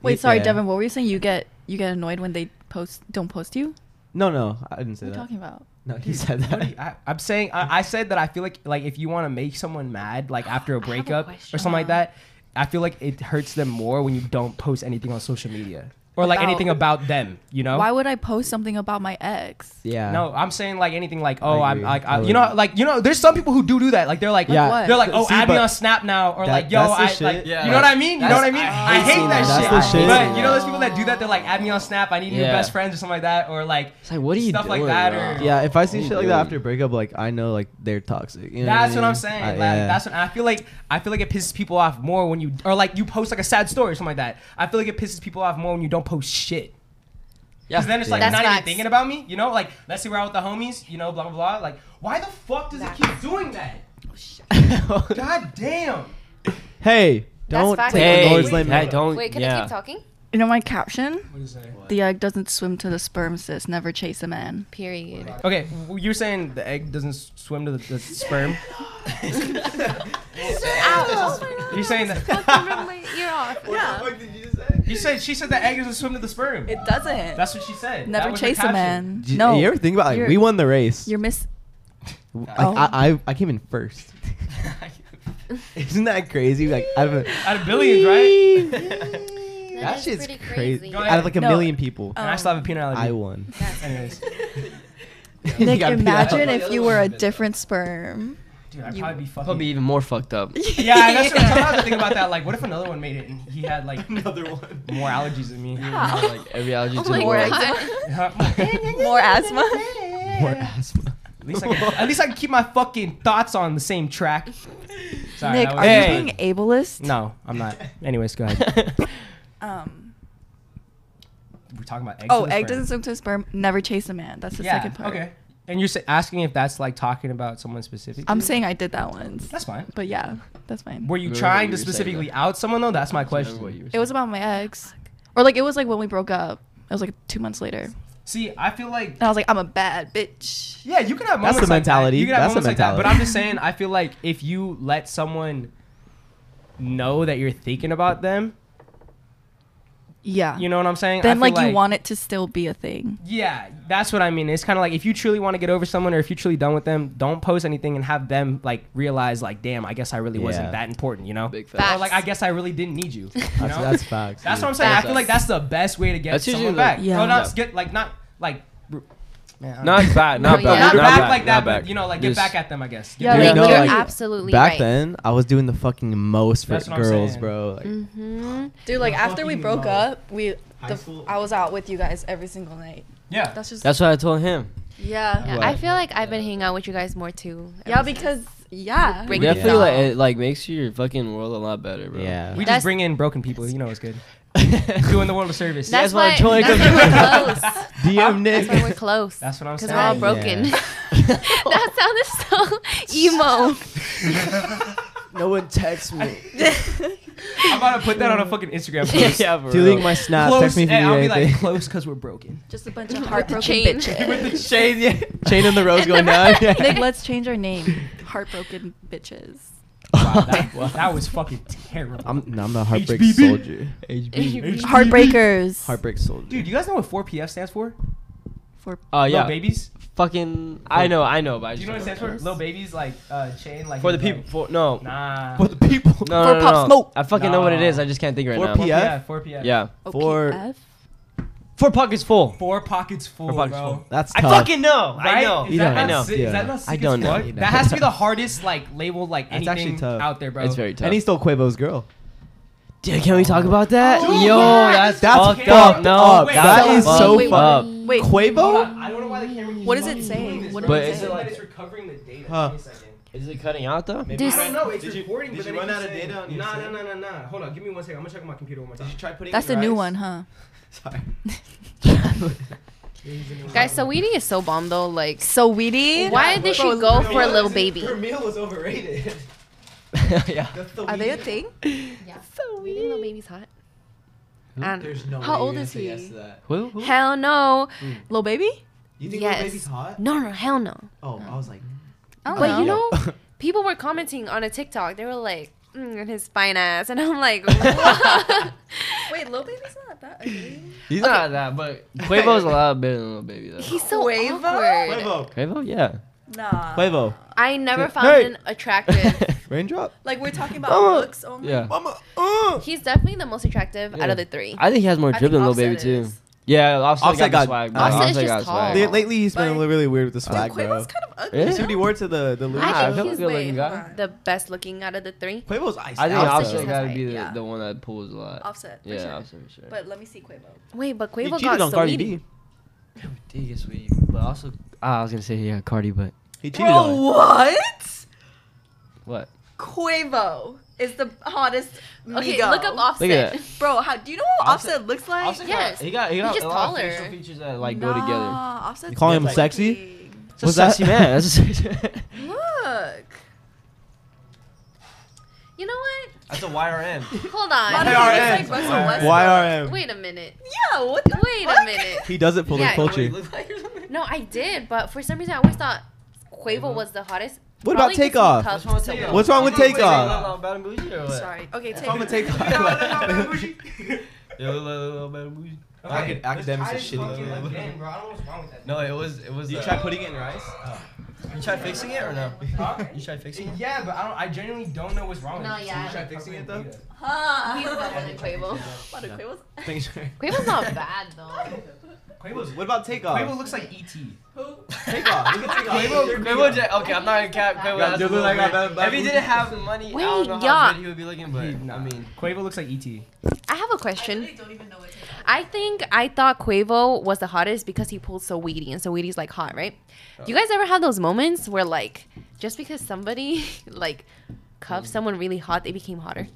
Wait, y- sorry, yeah. Devin. What were you saying? You get you get annoyed when they post don't post you? No, no, I didn't say What are you that. talking about? No, he said What do that. you- I, am saying I, I said that I feel like like if you want to make someone mad like after a have a breakup or question. something like that, I feel like it hurts them more when you don't post anything on social media or like About- anything about them. You know? Why would I post something about my ex? yeah. No, I'm saying like anything like oh I I'm agree. like I I, you know would- like you know there's some people who do do that like they're like Yeah. what? they're like oh See, add me but on Snap now or that- like yo that's the I shit. like Yeah. you know what I mean you know what I That's- mean I I, hate hate seeing that that. shit. That's the shit. But you know those people that do that they're like add me on Snap I need your Yeah. best friends or something like that or like It's like, what are you stuff like doing, that bro? or Yeah, if I see Oh, shit like that dude. after a breakup, like I know like they're toxic. you know I That's what mean? I'm saying. I- like, yeah. That's what I feel like. I feel like it pisses people off more when you or like you post like a sad story or something like that. I feel like it pisses people off more when you don't post shit. Yeah. Because then it's like That's not even facts. thinking about me. You know, like let's say we're out with the homies. You know, blah blah blah. Like why the fuck does it keep doing that? Oh, God damn. hey, don't facts. take Hey, the Lord's wait, name. hey, out- don't. Wait, can Oh, yeah. I keep talking? You know my caption? What is that? The egg doesn't swim to the sperm, sis. Never chase a man. Period. Okay, well, you're saying the egg doesn't s- swim to the, the sperm. You're saying that. Yeah. Oh, You said she said the egg doesn't swim to the sperm. It doesn't. That's what she said. That Never was her chase a caption. man. J- no. You ever think about like You're- we won the race? You're miss. Like, Oh. I, I I came in first. Isn't that crazy? Like out of a, Out of billions, right? that is shit's pretty crazy. crazy. Go Out of like a No. Oh. million people, And I still have a peanut allergy. I won. Anyways, You Nick, got beat imagine up. if you were a different sperm. dude, I'd probably be fucking. Probably even more fucked up. Yeah, that's what I'm thinking about that. Like, what if another one made it and he had like another one more allergies than me? like every allergy to my the world. God. at More asthma. More asthma. least I can, at least I can keep my fucking thoughts on the same track. Sorry, Nick, that are was- Hey. you being ableist? No, I'm not. Anyways, go ahead. Um. We're talking about eggs. Oh, in the egg sperm. doesn't swim to a sperm. Never chase a man. That's the Yeah. second part. Okay. And you're sa- asking if that's like talking about someone specific? I'm saying I did that once, that's fine. but yeah, that's fine. Were you Remember what trying you to were saying, specifically though. out someone though? That's my Remember what question. you were It was saying. about my ex, or like it was like when we broke up. It was like two months later, and See, I feel like I was like, I'm a bad bitch. Yeah, you can have That's moments the mentality. Like that. You can have That's the moments like that. But I'm mentality. just saying, I feel like if you let someone know that you're thinking about them, Yeah. you know what I'm saying? I then feel like, you want it to still be a thing. Yeah, that's what I mean. It's kind of like if you truly want to get over someone, or if you're truly done with them, don't post anything and have them like realize, like, damn, I guess I really Yeah. wasn't that important, you know? Big facts. Or Oh, like, I guess I really didn't need you. you That's, know? that's facts. That's dude. what I'm saying. I That's feel like that's the best way to get That's usually someone like- back. Yeah. Oh, not Yeah. get like not like. Man, I'm- Not back, No, not yeah. back, not Not back, back, like that, not back. but you know, like get Just- back at them, I guess. Get Yeah, back Dude, at Wait, no, them. you're like, absolutely Back right. then, I was doing the fucking most for That's what I'm girls, saying. bro. Mm-hmm. Like, Dude, like after we broke up, we the, school? I was out with you guys every single night. Yeah. That's just That's what I told him. yeah. Yeah, What? I feel like I've been hanging out with you guys more too. Yeah, because yeah. Break Definitely, it like down. it like makes your fucking world a lot better, bro. yeah. We That's- just bring in broken people. You know it's good. Doing Doing the world a service. That- That's guys wanna why, join that's them? why we're close. DM Nick. That's why we're close. That's what I'm Because saying. we're all broken. that sounded so emo. no one texts me. I'm about to put that on a fucking Instagram post. yeah, bro. Doing my snap. Close, text me if you and need I'll be anything. like close because we're broken. Just a bunch of heartbroken chain. bitches. chain, yeah. chain and the rose going down. Yeah. Nick, let's change our name. Heartbroken bitches. Wow, that, that was fucking terrible. I'm, no, I'm the heartbreak HBB. soldier. Heartbreakers. Heartbreak soldier. Dude, you guys know what 4PF stands for? For Uh, Oh yeah, Little babies. fucking. I know, I know, but I Do you just know what it stands for? Little babies, like uh, chain, like for the he's people. For no, Like, nah. for the people. no, For no, no, Pop no. Smoke. I fucking know what it No. is. I just can't think right For now. PF? Yeah, 4PF. Yeah, For- OPF? Four pockets full. Four pockets full, Four pockets bro. full. That's I tough. fucking know. Right? I know. Is You that don't not know. sick- Yeah. Is that not sick I don't as know. fuck? You know. That has to be the hardest like labeled like That's anything actually tough. out there, bro. It's very tough. And he's still Quavo's girl. Dude, can we talk about that? Oh, Yo, yeah. that's, That's fucked fucked up. No, up. Wait, that's that is fucked so wait, up. Wait, Hold Quavo? on, I don't know why the camera. What does it keeps say? doing this, What bro. does it It said say? that it's recovering the data. Huh. Give me a second. Is it cutting out though? Maybe- Does- I don't know. It's Did you- recording, did but you then it run keeps out of saying- data on your Nah, nah, set? nah, nah, nah. Hold on. Give me one second. I'm gonna check on my computer one more time. Did you try putting That's it the in new rice? one, huh? Guys, Saweetie is so bomb though. Like, So weedy. why did she go for a little baby? Her meal was overrated. yeah. Are they a thing? So you think little baby's hot? And There's no How way you're old gonna is say he? yes to that. Who? Who? hell no, Little baby? You think Yes. Lil Baby's hot? no, no, hell no. Oh, I was like, I don't But know. you know, people were commenting on a TikTok. They were like, mm, and his fine ass," and I'm like, what? Wait, little baby's not that ugly. He's not that, but Quavo's a lot better than Little Baby though. he's so Quavo? awkward. Quavo, Quavo, yeah. Nah. Quavo, I never found Hey. him attractive. raindrop. Like we're talking about Oh, looks only. yeah. Mama, uh. He's definitely the most attractive out Yeah. of the three. I think he has more I drip think than Little Baby Offset too. is. Yeah, Offset, Offset got, got- the swag. bro. Offset's just got tall. Late- Lately, he's been But- really weird with the swag, Dude, bro. Quavo's kind of ugly. Yeah. You see what he wore to the the Louis. I I think feel he's good looking like guy. the best looking out of the three. Quavo's iced I think out, Offset Offset is gotta high, be the, yeah. the one that pulls a lot. Offset. For yeah, sure. Offset for sure. But let me see Quavo. Wait, but He Quavo cheated got on Cardi Saweetie. B. Dig is sweet, but also ah, I was gonna say yeah, Cardi, but He cheated on her. Bro, what? what? Quavo is the hottest. Migo. Okay, look up Offset. Look at that. Bro, how do you know what Offset- Offset, looks like? Offset Yes. got, he got, he He's got just a lot of taller. facial features that like nah, go together. Offset's You calling him big. sexy? It's a Was sexy that- man. That's a sexy man. Look. You know what? That's a YRM. Hold Monica on. Modern- looks like Russell Westbrook. YRM. Wait a minute. Yeah, what the Wait fuck? a minute. He does it for Yeah. the culture. No, I did, but for some reason I always thought Quavo was the hottest. What about Probably 'cause he Takeoff? cuffed Takeoff. What's wrong with Takeoff? Bad and bougie or what? Sorry. Okay, take I'm gonna it. take Yo, little- little Bad and Bougie. Acad- academics is shitty. No, it was it was. You uh, try putting it in rice? You tried fixing it or no? Huh? You tried fixing it. Yeah, but I don't. I genuinely don't know what's wrong with No, it. yeah. You tried fixing it, though? He's Huh. better than Quavo. What a Quavo's- Make sure. Quavo's not bad though. Quavo's, What about Takeoff? Quavo looks like E ET. Takeoff. Look at Takeoff. Quavo, Quavo, J- okay, I'm not gonna cap Quavo. Yeah, that's dude, a little like, bit- Bad- Bad if he Bougie. didn't have money, I Wait, don't know how yeah. good he would be looking. But I mean, Quavo looks like ET. I have a question. I think I thought Quavo was the hottest because he pulled Saweetie, and Saweetie's like hot, right? Do Oh. you guys ever have those moments where like just because somebody like Mm. cuffed someone really hot, they became hotter?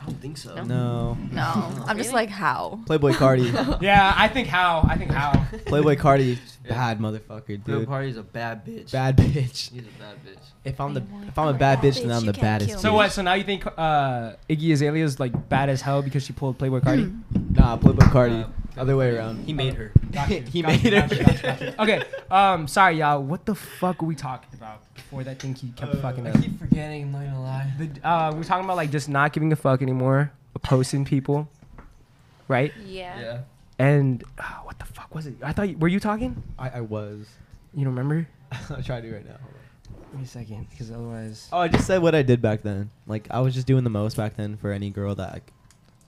I don't think so. No. No. I'm just Really? like, how? Playboy Cardi. Yeah, I think how. I think how. Playboy Cardi. Bad motherfucker, Dude, dude. party's a bad bitch. Bad bitch. He's a bad bitch. If I'm the if I'm a bad bitch, then I'm the baddest. So bitch. what? So now you think uh, Iggy Azalea is like bad as hell because she pulled Playboy Cardi? Nah, Playboy Cardi. Other way around. He made her. Gotcha, He gotcha, made her. gotcha, gotcha, gotcha. Okay. Um. Sorry, y'all. What the fuck were we talking about before that thing Uh, keep kept fucking I up? keep forgetting. I'm not gonna lie. The, uh, we're talking about like just not giving a fuck anymore, opposing people, right? Yeah. And uh, what the fuck was it? I thought you, were you talking? I, I was. You don't remember? I'll try to right now. Hold on. Give me a second, because otherwise. Oh, I just said what I did back then. Like I was just doing the most back then for any girl that like,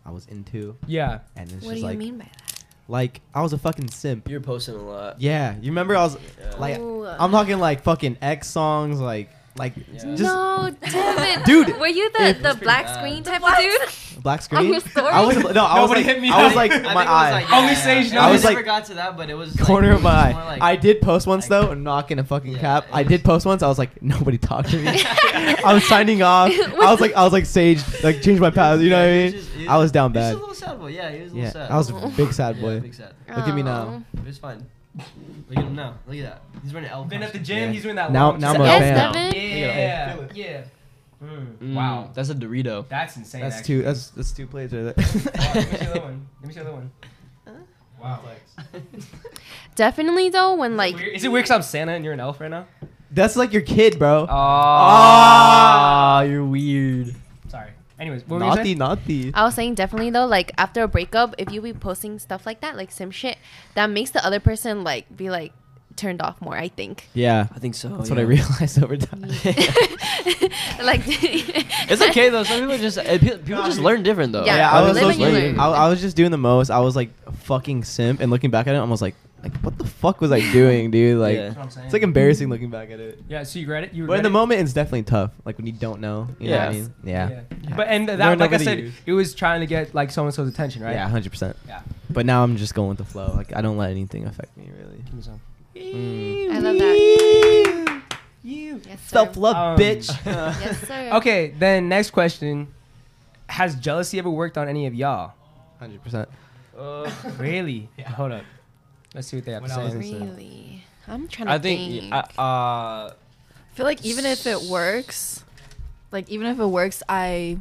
I was into, Yeah. and it's What just do you like mean by that? like I was a fucking simp. You're posting a lot. Yeah, you remember I was like Ooh. I'm talking like fucking X songs like like Yeah. just no, David. Dude, were you the, it the was pretty black bad. screen The type of black dude? black screen. you sorry? I was no, I was Nobody like hit me I was up. like I I my think it was like, eye. yeah, Only yeah, Sage yeah. I knows. was like- never got to that, but it was Corner like, of my eye. it was more like- I did post once like- though, and not gonna fucking Yeah, cap. it I was- did post once. I was like, nobody talked to me. I was signing off. I was like, I was like, Sage, like change my path. You know what Yeah, I he mean? just- he- I was down he was bad. a little sad boy. Yeah, he was a little Yeah, sad. I was a big sad Yeah, boy. big sad. Look at me Oh. now. It was fine. Look at him now. Look at that. He's running L. Been at the costume. gym. Yeah. He's doing that. Now- long now I'm jump. a yes, fan. Devin. Yeah. Look at Yeah. Mm, Mm, Wow. that's a Dorito. That's insane. That's actually. two. That's that's two plays right Hold on, Oh, Let me see the other there. one. Let me see the other one. Wow. Definitely though, when Like, like is it weird? Cause I'm Santa and you're an elf right now. that's like your kid, bro. Oh. Ah, you're weird. Sorry. Anyways, what were you naughty, saying? naughty. I was saying definitely though, like after a breakup, if you be posting stuff like that, like sim shit, that makes the other person like be like turned off more. I think. Yeah. Oh, I think so. That's yeah. what I realized over time. like. It's okay though. Some people just eh, pe- people just learn different though. Yeah, yeah, I was, live and you looking- learn. I, I was just doing the most. I was like fucking simp, and looking back at it, I was like, like what the fuck was I doing, dude? Like, Yeah. That's what I'm saying. it's like embarrassing looking back at it. yeah, so you read it. You But read in the it? moment, it's definitely tough. Like when you don't know. You Know what I Yeah. mean? Yeah. Yeah. But and that, Learn like I over the said, years. it was trying to get like so and so's attention, right? hundred percent. Yeah. But now I'm just going with the flow. Like I don't let anything affect me really. Give me some. Mm. I love that. You. Yes, sir. Self love, Um, bitch. Yes, sir. Okay, then next question: Has jealousy ever worked on any of y'all? Hundred percent. really? Hold up. Let's see what they have to say. Really, I'm trying to I think think. I, I uh, feel like even if it works, like even if it works, I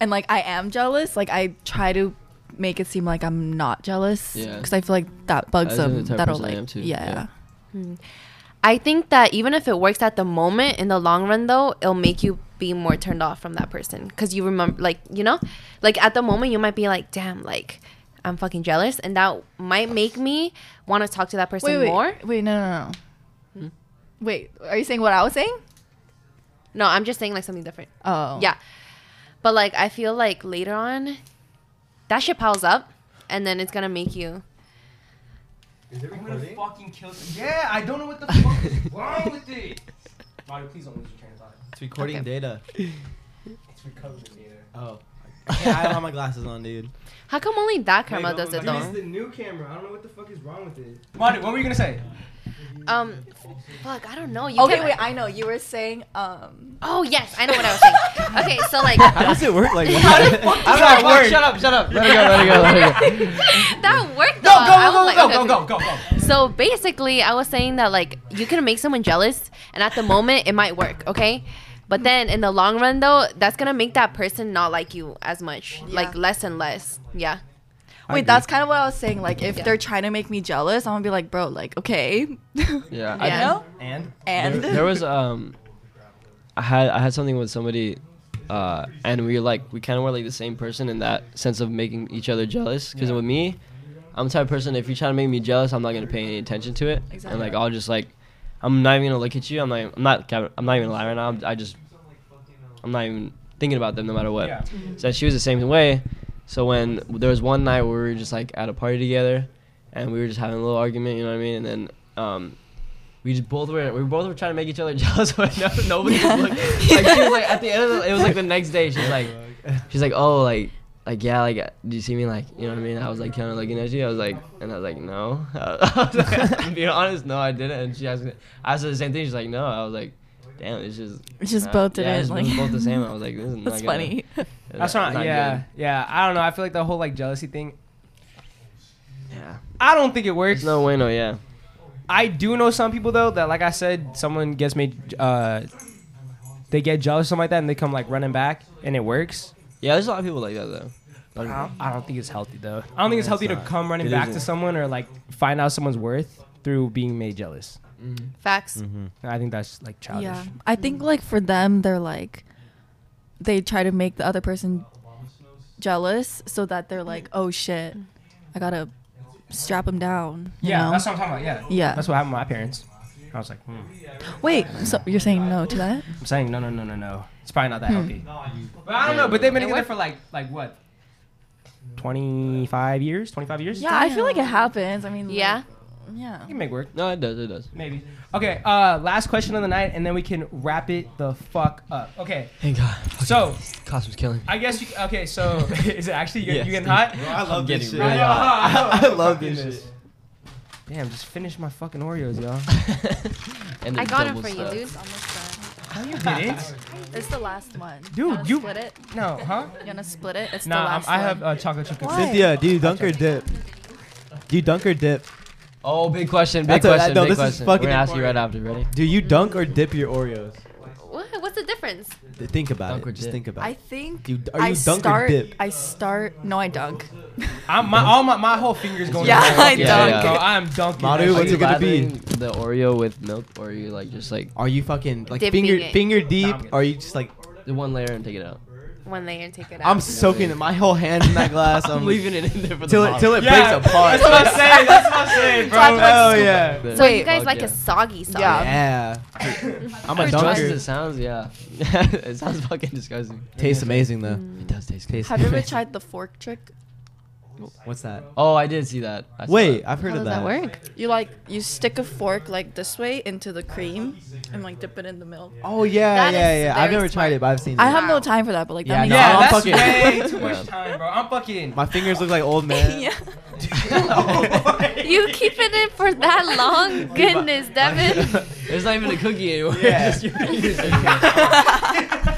and like I am jealous. Like I try to make it seem like I'm not jealous because Yeah. I feel like that bugs That's the them. type of That'll person I like am too, yeah. yeah. I think that even if it works at the moment, in the long run, though, it'll make you be more turned off from that person because you remember, like, you know, like at the moment, you might be like, damn, like, I'm fucking jealous, and that might make me want to talk to that person Wait, wait, more. wait, no, no, no. Hmm? Wait, are you saying what I was saying? No, I'm just saying like something different. Oh, Yeah, but like, I feel like later on, that shit piles up, and then it's gonna make you. I'm gonna fucking kill. Yeah, I don't know what the fuck is wrong with it. Mario, please don't lose your train of thought. It's recording Okay. data. It's recovering here. Oh. Yeah, I don't have my glasses on, dude. How come only that camera does it though? the new camera. I don't know what the fuck is wrong with it. Mario, what were you gonna say? Um, fuck, I don't know. You Okay, can't- wait. I know you were saying. Um, Oh yes, I know what I was saying. Okay, so like How does it work? Like, I'm not worried. Shut up! Shut up! Let it go! Let it go! Let it go! that worked. Go, though. I was go, like- go, okay, go, go, okay. go, go, go, So basically, I was saying that like you can make someone jealous, and at the moment it might work, okay. But then in the long run, though, that's gonna make that person not like you as much, like less and less. Yeah. wait, that's kind of what I was saying. Like, if they're trying to make me jealous, I'm gonna be like, bro, like, okay, Yeah. I- you know. And And there, there was um I had I had something with somebody uh and we like we kind of were like the same person in that sense of making each other jealous because with me I'm the type of person if you're trying to make me jealous I'm not gonna pay any attention to it and like I'll just like I'm not even gonna look at you I'm not I'm not I'm not even lying right now I'm, I just I'm not even thinking about them no matter what yeah. so she was the same way. So when there was one night where we were just like at a party together, and we were just having a little argument, you know what I mean? And then um, we just both were we both were trying to make each other jealous, but no, nobody was looking. Like she was like at the end of the, it was like the next day. She's like she's like oh like like yeah like uh, do you see me like you know what I mean? I was like kind of looking at you. I was like and I was like no. I was like, I'm being honest, no, I didn't. And she asked me, I said the same thing. She's like no. I was like. Damn, it's just just both yeah, didn't it's like. both the same. I was like, this is not That's gonna- funny. That's not- not. not yeah, good. yeah. I don't know. I feel like the whole like jealousy thing. Yeah. I don't think it works. There's no way, no, yeah. I do know some people though that, like I said, someone gets made, uh, they get jealous, something like that, and they come like running back, and it works. Yeah, there's a lot of people like that, though. But I don't, I don't think it's healthy though. I don't think it's healthy to not. come running It back to isn't. someone or like find out someone's worth through being made jealous. Facts. I think that's like childish. Yeah, I think like for them, they're like, they try to make the other person jealous so that they're like, oh shit, I gotta strap him down. you Yeah, know? that's what I'm talking about. Yeah, Yeah. That's what happened with my parents. I was like, hmm. Wait, so you're saying no to that? I'm saying no, no, no, no, no. It's probably Hmm. not that healthy. But I don't know. But they've been together for like like what? Twenty five years? Twenty five years? Yeah, I feel like it happens. I mean, Yeah. like, yeah. You can make work. No, it does, it does. Maybe. Okay, uh last question of the night and then we can wrap it the fuck up. Okay. Thank God. So Cost was killing me. I guess you okay, so is it actually you, Yes. you getting hot? I love this shit. I, Yeah. I, love this shit. Damn, just finish my fucking Oreos, y'all. and I the got it double for you, stuff. dude. Didn't? It's the last one. Dude, wanna you- split it. No, huh? You gonna split it? It's the Nah, I'm, last I one. have uh, chocolate chip cookies. Why? Cynthia, do you dunk or dip? Do you dunk or dip? Oh, big question, big That's a- question, no, big this is question. We're fucking gonna ask you right important. after, ready? Do you dunk or dip your Oreos? What? What's the difference? Th- Think about Dunk it. or Just dip? think about I it. think Do you, are I you dunk start. or dip? I start. No, I dunk. I'm, my all my, my whole fingers going. Yeah, to the wall. I Yeah, dunk. Bro, yeah. I'm dunking. Madu, that what's shit. it gonna be? lathering The Oreo with milk, or are you like just like Are you fucking like Dipping finger it. finger deep? I'm good. Are you just like the one layer and take it out? when they take it out. I'm soaking my whole hand in that glass. I'm, I'm leaving it in there for till the it till it Yeah. breaks apart. Oh, That's what I'm saying. That's what I'm saying, bro. Talk about Hell yeah. so you guys like a it? soggy soggy. Yeah. yeah, I'm a As much as dunker. it sounds, yeah. it sounds fucking disgusting. Tastes amazing though. It does taste good. Tastes Have you ever tried the fork trick? What's that? Oh, I did see that. I saw Wait, that. I've heard How of does that work? You like you stick a fork like this way into the cream and like dip it in the milk. Oh yeah, That yeah, is yeah. I've very never tried it, but I've seen it. I have no Wow. time for that, but like Yeah, that no, makes I'm yeah, that's fucking- way too much Yeah. time, bro. I'm fucking. My fingers look like old man. yeah. Oh You keep it in for that long? Goodness, Devin. There's not even a cookie anymore. Yeah. Just your fingers in there.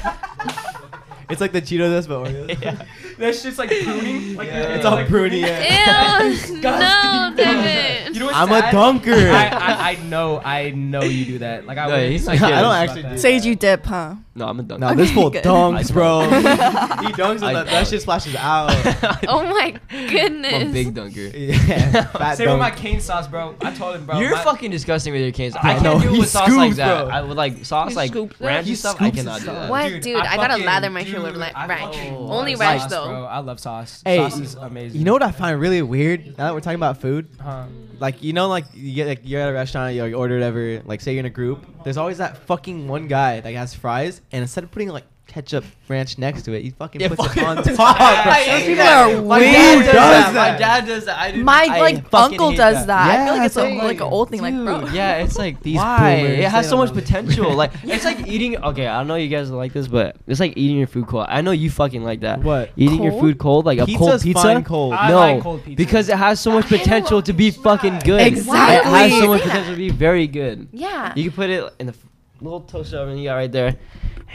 It's like the Cheeto dust, but Oreos. That shit's like pruning. Like, Yeah. It's all pruny. Yeah. Ew. no, Devin. You know what's I'm a sad? dunker. I, I, I know, I know you do that. Like I, No, would- he's like, not I don't Yeah, actually do. Sage, you dip, huh? No, I'm a dunk. No, this fool good. dunks, bro. he dunks with I that. That dunk. shit splashes out. Oh my I'm a goodness. big dunker. uh, yeah, fat Same with my dunk. cane sauce, bro. I told him, bro. You're my- fucking disgusting with your cans. I know, can't do he it with sauce like scoops, that. bro. I would like sauce like ranch He and stuff. I scoops cannot do sauce. that. What, dude? I gotta fucking- lather my hair with dude, la- I ranch. fucking Oh, love Only sauce, ranch, though. Bro. I love sauce. Hey, sauce is amazing. You know what I find really weird? Now that we're talking about food, Huh. like you know, like you get like you're at a restaurant, you like, order whatever. Like say you're in a group, there's always that fucking one guy that has fries, and instead of putting like ketchup ranch next to it, he fucking Yeah, puts fucking- it on top. bro. hate people are My dad weird. does that. that. My dad does that. I do. My I like fucking uncle hate does that. I feel Yeah, like it's a, same. like an old thing. Like, bro, Dude, yeah, it's like These why? boomers, it they has so don't much know. potential. Like it's like eating. Okay, I know you guys like this, but it's like eating your food cold. I know you fucking like that. What? Eating your Cold? food cold, like a cold Pizza's pizza. fine cold. I no, like cold pizza. because it has so much know, potential to be it's fucking not. good. Exactly. It has so Why much do you say potential to be very good. Yeah. You can put it in the f- little toaster oven you got right there.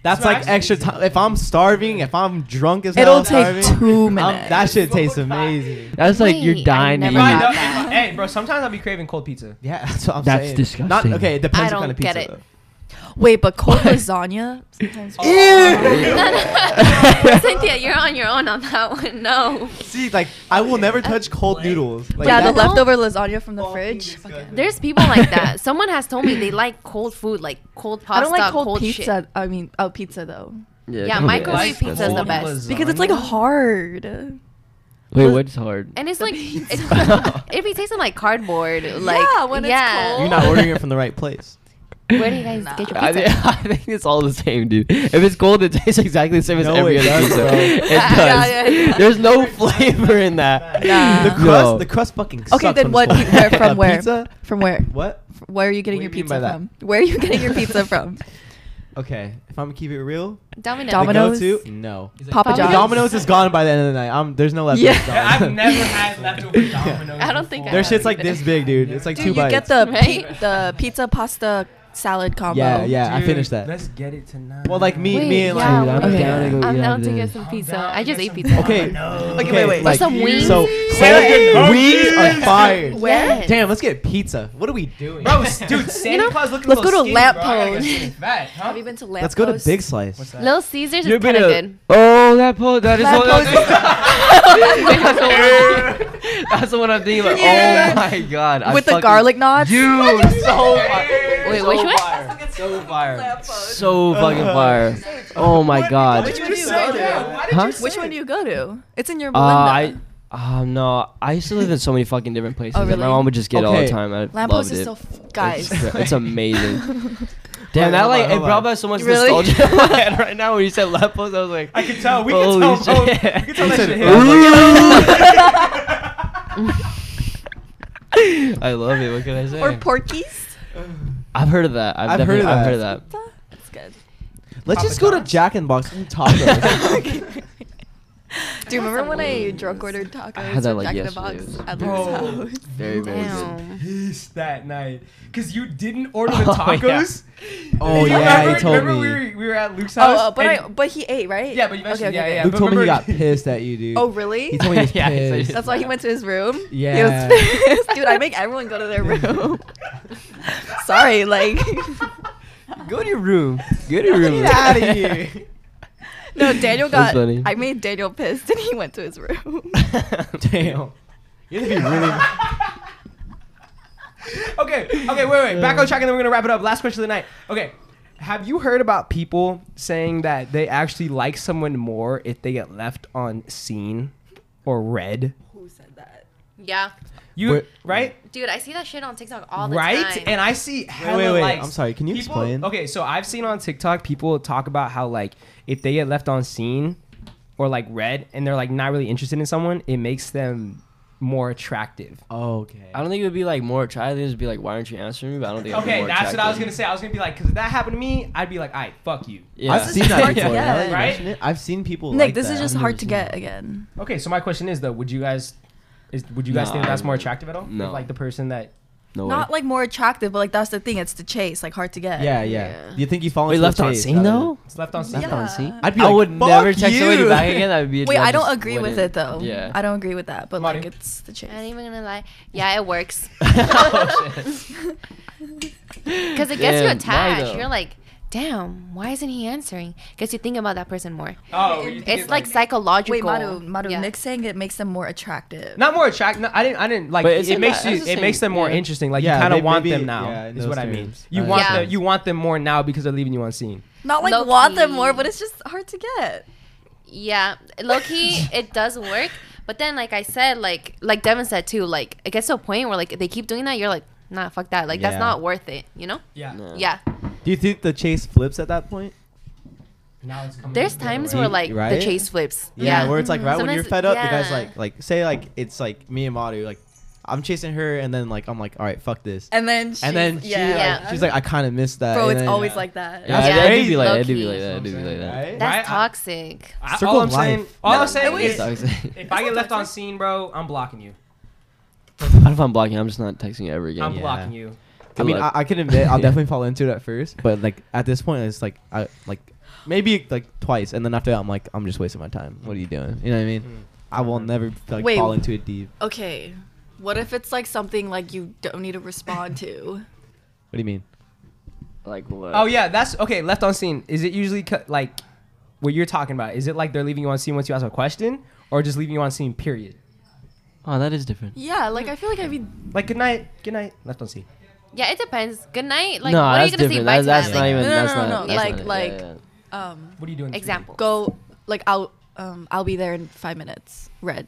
That's like extra time. If I'm starving, if I'm drunk as hell, it'll take starving, two I'm- minutes. that shit tastes amazing. That's like you're Wait, I dying. to never eat. had If I know- Yeah. if I- hey, bro. Sometimes I'll be craving cold pizza. Yeah, that's what I'm That's saying. disgusting. Not okay. It depends I what kind don't of pizza. get it. Wait, but cold lasagna. Sometimes Cynthia, you're on your own on that one. No. though. See, like I will never touch cold noodles. Like, yeah, the that- that- leftover lasagna from the fridge. There's people like that. Someone has told me they like cold food, like cold I pasta, don't like cold, shit. pizza. I mean, oh, pizza though, Yeah, come on. microwave That's pizza's the disgusting. best. because it's like hard. Wait, what's hard? And it's like it, it be tasting like cardboard. Like Yeah, when it's cold. you're not ordering it from the right place. Where do you guys get your I, pizza? thi- I think it's all the same, dude. If it's cold, it tastes exactly the same as No, every it other does, pizza. bro. It does. yeah, yeah. There's no flavor in that. Yeah. The The crust, No. the crust fucking. Sucks Okay, then when what? it's cold. Where, from A where? Pizza? From where? What? F- Where are you getting What your do you mean pizza by that? from? Where are you getting your pizza from? Okay, if I'm gonna keep it real, Domino's. the Domino's? go-to? No. Papa Domino's? John's. Domino's is gone by the end of the night. I'm, there's no left. Yeah. it's gone. I've never had leftover Domino's. I don't think I Their have shit's like either. this big, dude. It's like Dude, two you bites. get the pi- Right? the pizza pasta salad combo. yeah, yeah. I finished that. Let's get it tonight. Well, like me, Wait, me and yeah, like. I'm wait. down to go I'm eat down to after get this. some I'm pizza. down I to just get ate some pizza. Okay. Domino's. Okay, wait, wait. Like some wings? So, Sarah, wings are fire. Yes. Damn, let's get pizza. What are we doing? Bro, s- dude, Santa know, Claus looking let's a little go to skinny, bro. I Lamp gotta get Post. skinny fat, huh? Have you been to Lamp Let's go to Post? Big Slice. What's that? Little Caesars is You've been kind of a- good. Oh, that po that is what That That's the one I'm thinking about. Yeah. Oh my god. I with the fucking- garlic knots. Dude, so fire. Wait, which one? Fire. So fire. So fucking fire. Oh my god. Which one do you go to? Huh? Which one do you go to? It's in your Oh, Uh, I. Melinda. Uh, no, I used to live in so many fucking different places. Oh, and My really? mom would just get it all Okay. the time. I Lamp loved Post it. is so f- guys. It's, it's amazing. Damn, that hold on, like it hold brought on. back so much Really? nostalgia in my head right now. When you said Lepos, I was like, I can tell. We Holy can tell. Bro. We shit. can tell You that said shit it. hit. I love it. What can I say? Or Porky's. I've heard of that. I've, I've heard definitely of that. I've heard of that. That's good. Let's just go to Jack and Box and tacos. Do you remember when I drunk ordered tacos I had that, from like, Jack in the yesterday. Box It was at Bro. Luke's house? Very very good. Damn. Peace that night, cause you didn't order the Oh, yeah. tacos. oh You yeah, remember, he told remember me. We were, we were at Luke's house. Oh, uh, but and- I but he ate right. Yeah, but you mentioned- yeah, yeah. Luke but told me he got remember- pissed at you, dude. Oh really? He told me he was Yeah, he said he pissed. did. That's why he went to his room. Yeah. He was pissed. Dude, I make everyone go to their room. Sorry, like Go to your room. Go to your room. Get out of here. no, Daniel That's got. funny. I made Daniel pissed, and he went to his room. Damn. You have to be really. okay, okay, wait, wait. Back on track, and then we're gonna wrap it up. Last question of the night. Okay, Have you heard about people saying that they actually like someone more if they get left on scene or red? Who said that? Yeah, You Wait. right? dude, I see that shit on TikTok all the right? time. And I see hella wait, wait. likes. I'm sorry, can you People- explain? Okay, so I've seen on TikTok people talk about how like if they get left on scene or like red and they're like not really interested in someone, it makes them more attractive. Okay. I don't think it would be like more attractive. It would just be like, why aren't you answering me? But I don't think. I'd be Okay, more that's what I was gonna attractive. say. I was gonna be like, because if that happened to me, I'd be like, all right, fuck you. Yeah. I've seen that hard to before. now that get. you Right? mention it, I've seen people. Nick, like this that. is I've just never hard to seen get that. again. Okay, so my question is though, would you guys is would you guys No, think that's I- more attractive at all? no. Like the person that No Not way. like more attractive, but like that's the thing. It's the chase, like hard to get. Yeah, yeah. Yeah. Do you think you fall into Wait, the left on chase scene out of it? though. it's left on scene. Left on scene. I'd be I like, would "Fuck never text somebody you." back again. That would be. Wait, I I don't just agree with it wouldn't. though. Yeah. I don't agree with that, but Marty? like it's the I'm not chase. even gonna lie. Yeah, it works. Because Because it gets you attached. You're like, damn, why isn't he answering? Because you think about that person more. Oh, you think It's like psychological. Wait, Maru, Maru, Yeah. Nick's saying it makes them more attractive. not more attractive. No, I didn't. I didn't like. But It, it's in makes that- you. that's the It same- makes them more yeah. interesting. Like Yeah, you kind may- of want maybe- them now. yeah, in is those what I mean. terms. You I want understand. them. You want them more now because they're leaving you on scene. Not like Low want them more, key. but it's just hard to get. Yeah, low key, it does work. But then, like I said, like like Devin said too, like it gets to a point where like they keep doing that. You're like, nah, fuck that. Like Yeah. that's not worth it. You know? Yeah. Yeah. Do you think the chase flips at that point? Now it's coming. There's times way. where like Right? the chase flips. Yeah, where it's like right when you're Mm-hmm. Sometimes- fed up, the guy's yeah. like, like say like it's like me and Madu, like I'm chasing her, and then like I'm like, all right, fuck this, And then she's, and then she, yeah, like, Yeah. she's like, I kind of missed that. bro, and it's then- always like that. Yeah, Yeah. yeah. It'd be like that. Low It'd be key. like that. It'd be like that. Right? That's Right, I- toxic. I, Circle all I'm of life. saying. All I'm saying wait. is, Sucks. if I get left on scene, bro, I'm blocking you. I don't know if I'm blocking. I'm just not texting you ever again. I'm Yeah. blocking you. I mean, Good I, luck. I can admit I'll Yeah. definitely fall into it at first, but like at this point, it's like I like maybe like twice, and then after that, I'm like, I'm just wasting my time. What are you doing? You know what I mean? Mm-hmm. I will never like Wait. fall into it deep. Okay, what if it's like something like you don't need to respond to? What do you mean? Like what? Oh yeah, that's okay. Left on scene. Is it usually cu- like what you're talking about? Is it like they're leaving you on scene once you ask a question, or just leaving you on scene? Period. Oh, that is different. Yeah, like I feel like I'd be Like good night, good night. Left on scene. Yeah, it depends. Good night. Like, no, what are you that's gonna say? different. Bye That's, that's to that? not Like, even. No, that's no, not, no, no, that's like- not- like- yeah, yeah. um What are you doing? this example. go like I'll um I'll be there in five minutes. Red.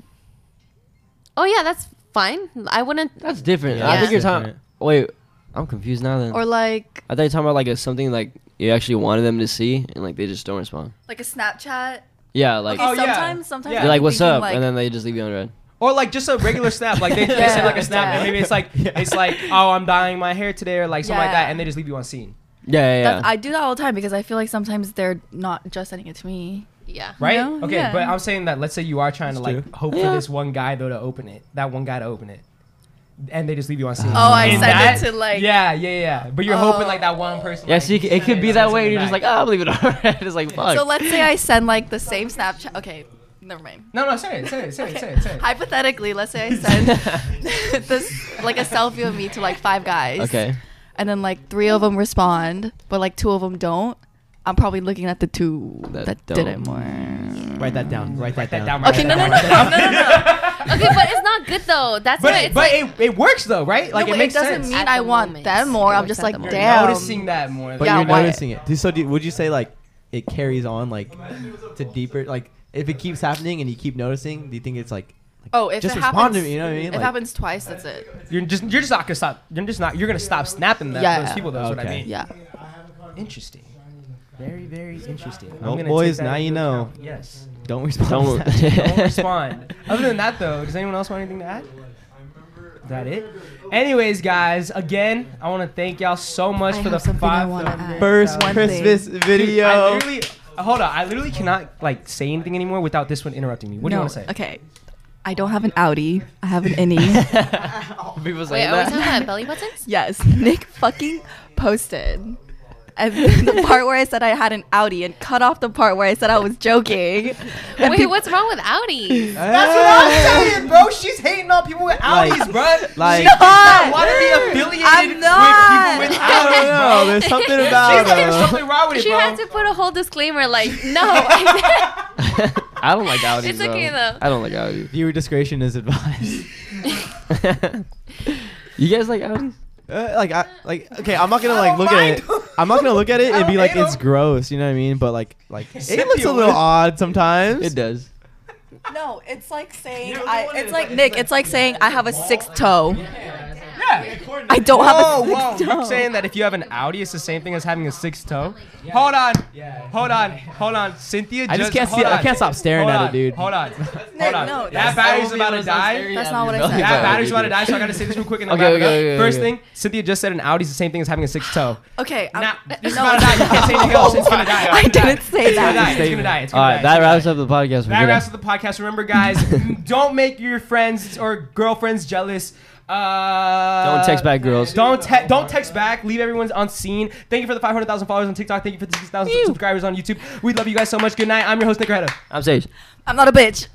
Oh yeah, that's fine. I wouldn't. That's different. Yeah. I think you're talking. Different. Wait, I'm confused now. Then Or like I thought you were talking about like a, something like you actually wanted them to see and like they just don't respond. like a Snapchat. Yeah, like Okay, Oh, yeah. sometimes sometimes Yeah. I'd you're be like, "What's thinking, up?" like- and then they just leave you on red. Or like just a regular snap, like they, they Yeah. send like a snap, and Yeah. maybe it's like it's like oh I'm dyeing my hair today, or like something like Yeah. that, and they just leave you on scene, Yeah, yeah, yeah. That's- I do that all the time because I feel like sometimes they're not just sending it to me. Yeah. right? No, okay, yeah. but I'm saying that let's say you are trying to That's like true. hope for Yeah. this one guy though to open it, that one guy to open it, and they just leave you on scene. Oh, I In sent it that- to, like- yeah, yeah, yeah. But you're hoping like that one person. yeah, like, see, it, c- it sent could be on that scene way. and And you're just back. like, "Ah, I'll leave it on red. It's like fuck. So let's say I send like the same Snapchat. Okay, never mind. no, no, say it, say it, say it, say it, say it. Hypothetically, let's say I send this like a selfie of me to like five guys. okay. And then like three of them respond, but like two of them don't. I'm probably looking at the two That that, don't. did it more. Write that down. Write that, That down, down. right Okay, there, no, down no, no, right there. no, no, no. Okay, but it's not good though. That's But why it, it's but like. it, it works though, right? Like No, it but makes it doesn't sense. mean At I the want moment. them more. It I'm works just at like, the You're moment. damn. noticing that more. But Yeah, you're why- noticing it. Do- So do, would you say like it carries on like to deeper like if it keeps happening and you keep noticing, do you think it's like, like Oh, if just it respond happens, to me, you know what I mean? If it Like- happens twice, that's it. You're just you're just not gonna stop. You're just not. You're gonna stop snapping that, Yeah. those people. That's what I Okay. mean. Yeah. Interesting. Very very interesting. I'm Well, gonna take boys, that now into you know. account. Yes. don't respond. Don't- to that. Don't respond. Other than that though, does anyone else want anything to add? Is that it? Anyways, guys, again, I want to thank y'all so much I for the have something I five. wanna add. First One thing. Christmas Dude, I video. literally, hold on. I literally cannot like say anything anymore without this one interrupting me. What do you No, want to say? Okay. I don't have an Audi. I have an innie. People Wait, say are we that. talking about belly buttons? yes, Nick fucking posted. And the part where I said I had an Audi and cut off the part where I said I was joking. And Wait, peop- what's wrong with Audi? That's what I'm saying, bro. She's hating on people with Like- Audis, bro. like- she does not Not. want to be affiliated I'm not. with people with I don't Audis, bro. know. There's something about She's like, there's uh, something wrong with it, She bro. had to put a whole disclaimer like, no. I don't like Audi. It's okay, though. I don't like Audi. viewer discretion is advised. you guys like Audi? Uh, like I like okay, I'm not gonna like look at it. I'm not gonna look at it I and be don't like hate it's him. gross. You know what I mean? But like, like Cynthia it looks a little would. odd sometimes. It does. No, it's like saying You're the I. one It's that- like Nick. It's like saying I have a sixth toe. Yeah. I don't Whoa, have a Oh, whoa! sixth toe. You're saying that if you have an Audi, it's the same thing as having a six toe? Hold on, hold on, hold on, Cynthia. I just can't hold see. I on. can't stop staring Hold at on, it, dude. Hold on, hold Nick, on. no, that that's- battery's about to die. That's not what I said. That battery's about to die, so I gotta say this real quick and then Okay, wrap it okay, up. okay, okay, First okay. thing, Cynthia just said an Audi's the same thing as having a six toe. Okay. I'm- Nah, it's no, about to die. You can't say anything else. It's gonna die. I didn't say It's gonna die. that. It's gonna die. It's All gonna right, die. that wraps up the podcast. for That today. wraps up the podcast. Remember, guys, don't make your friends or girlfriends jealous. Uh, Don't text back, girls. Don't te- don't text back. Leave everyone's unseen. Thank you for the 500,000 followers on TikTok. Thank you for the 6,000 subscribers on YouTube. We love you guys so much. Good night. I'm your host, Nick Reda. I'm Sage. I'm not a bitch.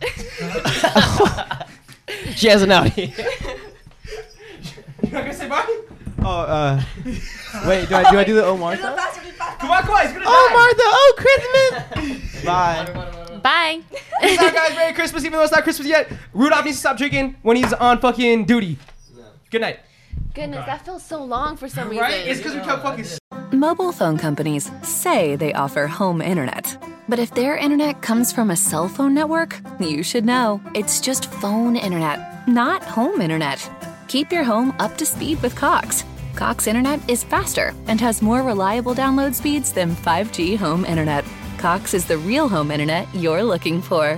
She has an Audi. You not gonna say bye? Oh, uh, wait. Do I do I do the oh Martha? Come on, come on. It's gonna Oh die. Martha! Oh Christmas! Bye. Bye. Peace out, guys. Merry Christmas, even though it's not Christmas yet. Rudolph needs to stop drinking when he's on fucking duty. Good night. Goodness, that feels so long for some reason. Right? It's because we kept fucking. Mobile phone companies say they offer home internet. But if their internet comes from a cell phone network, you should know. It's just phone internet, not home internet. Keep your home up to speed with Cox. Cox internet is faster and has more reliable download speeds than 5G home internet. Cox is the real home internet you're looking for.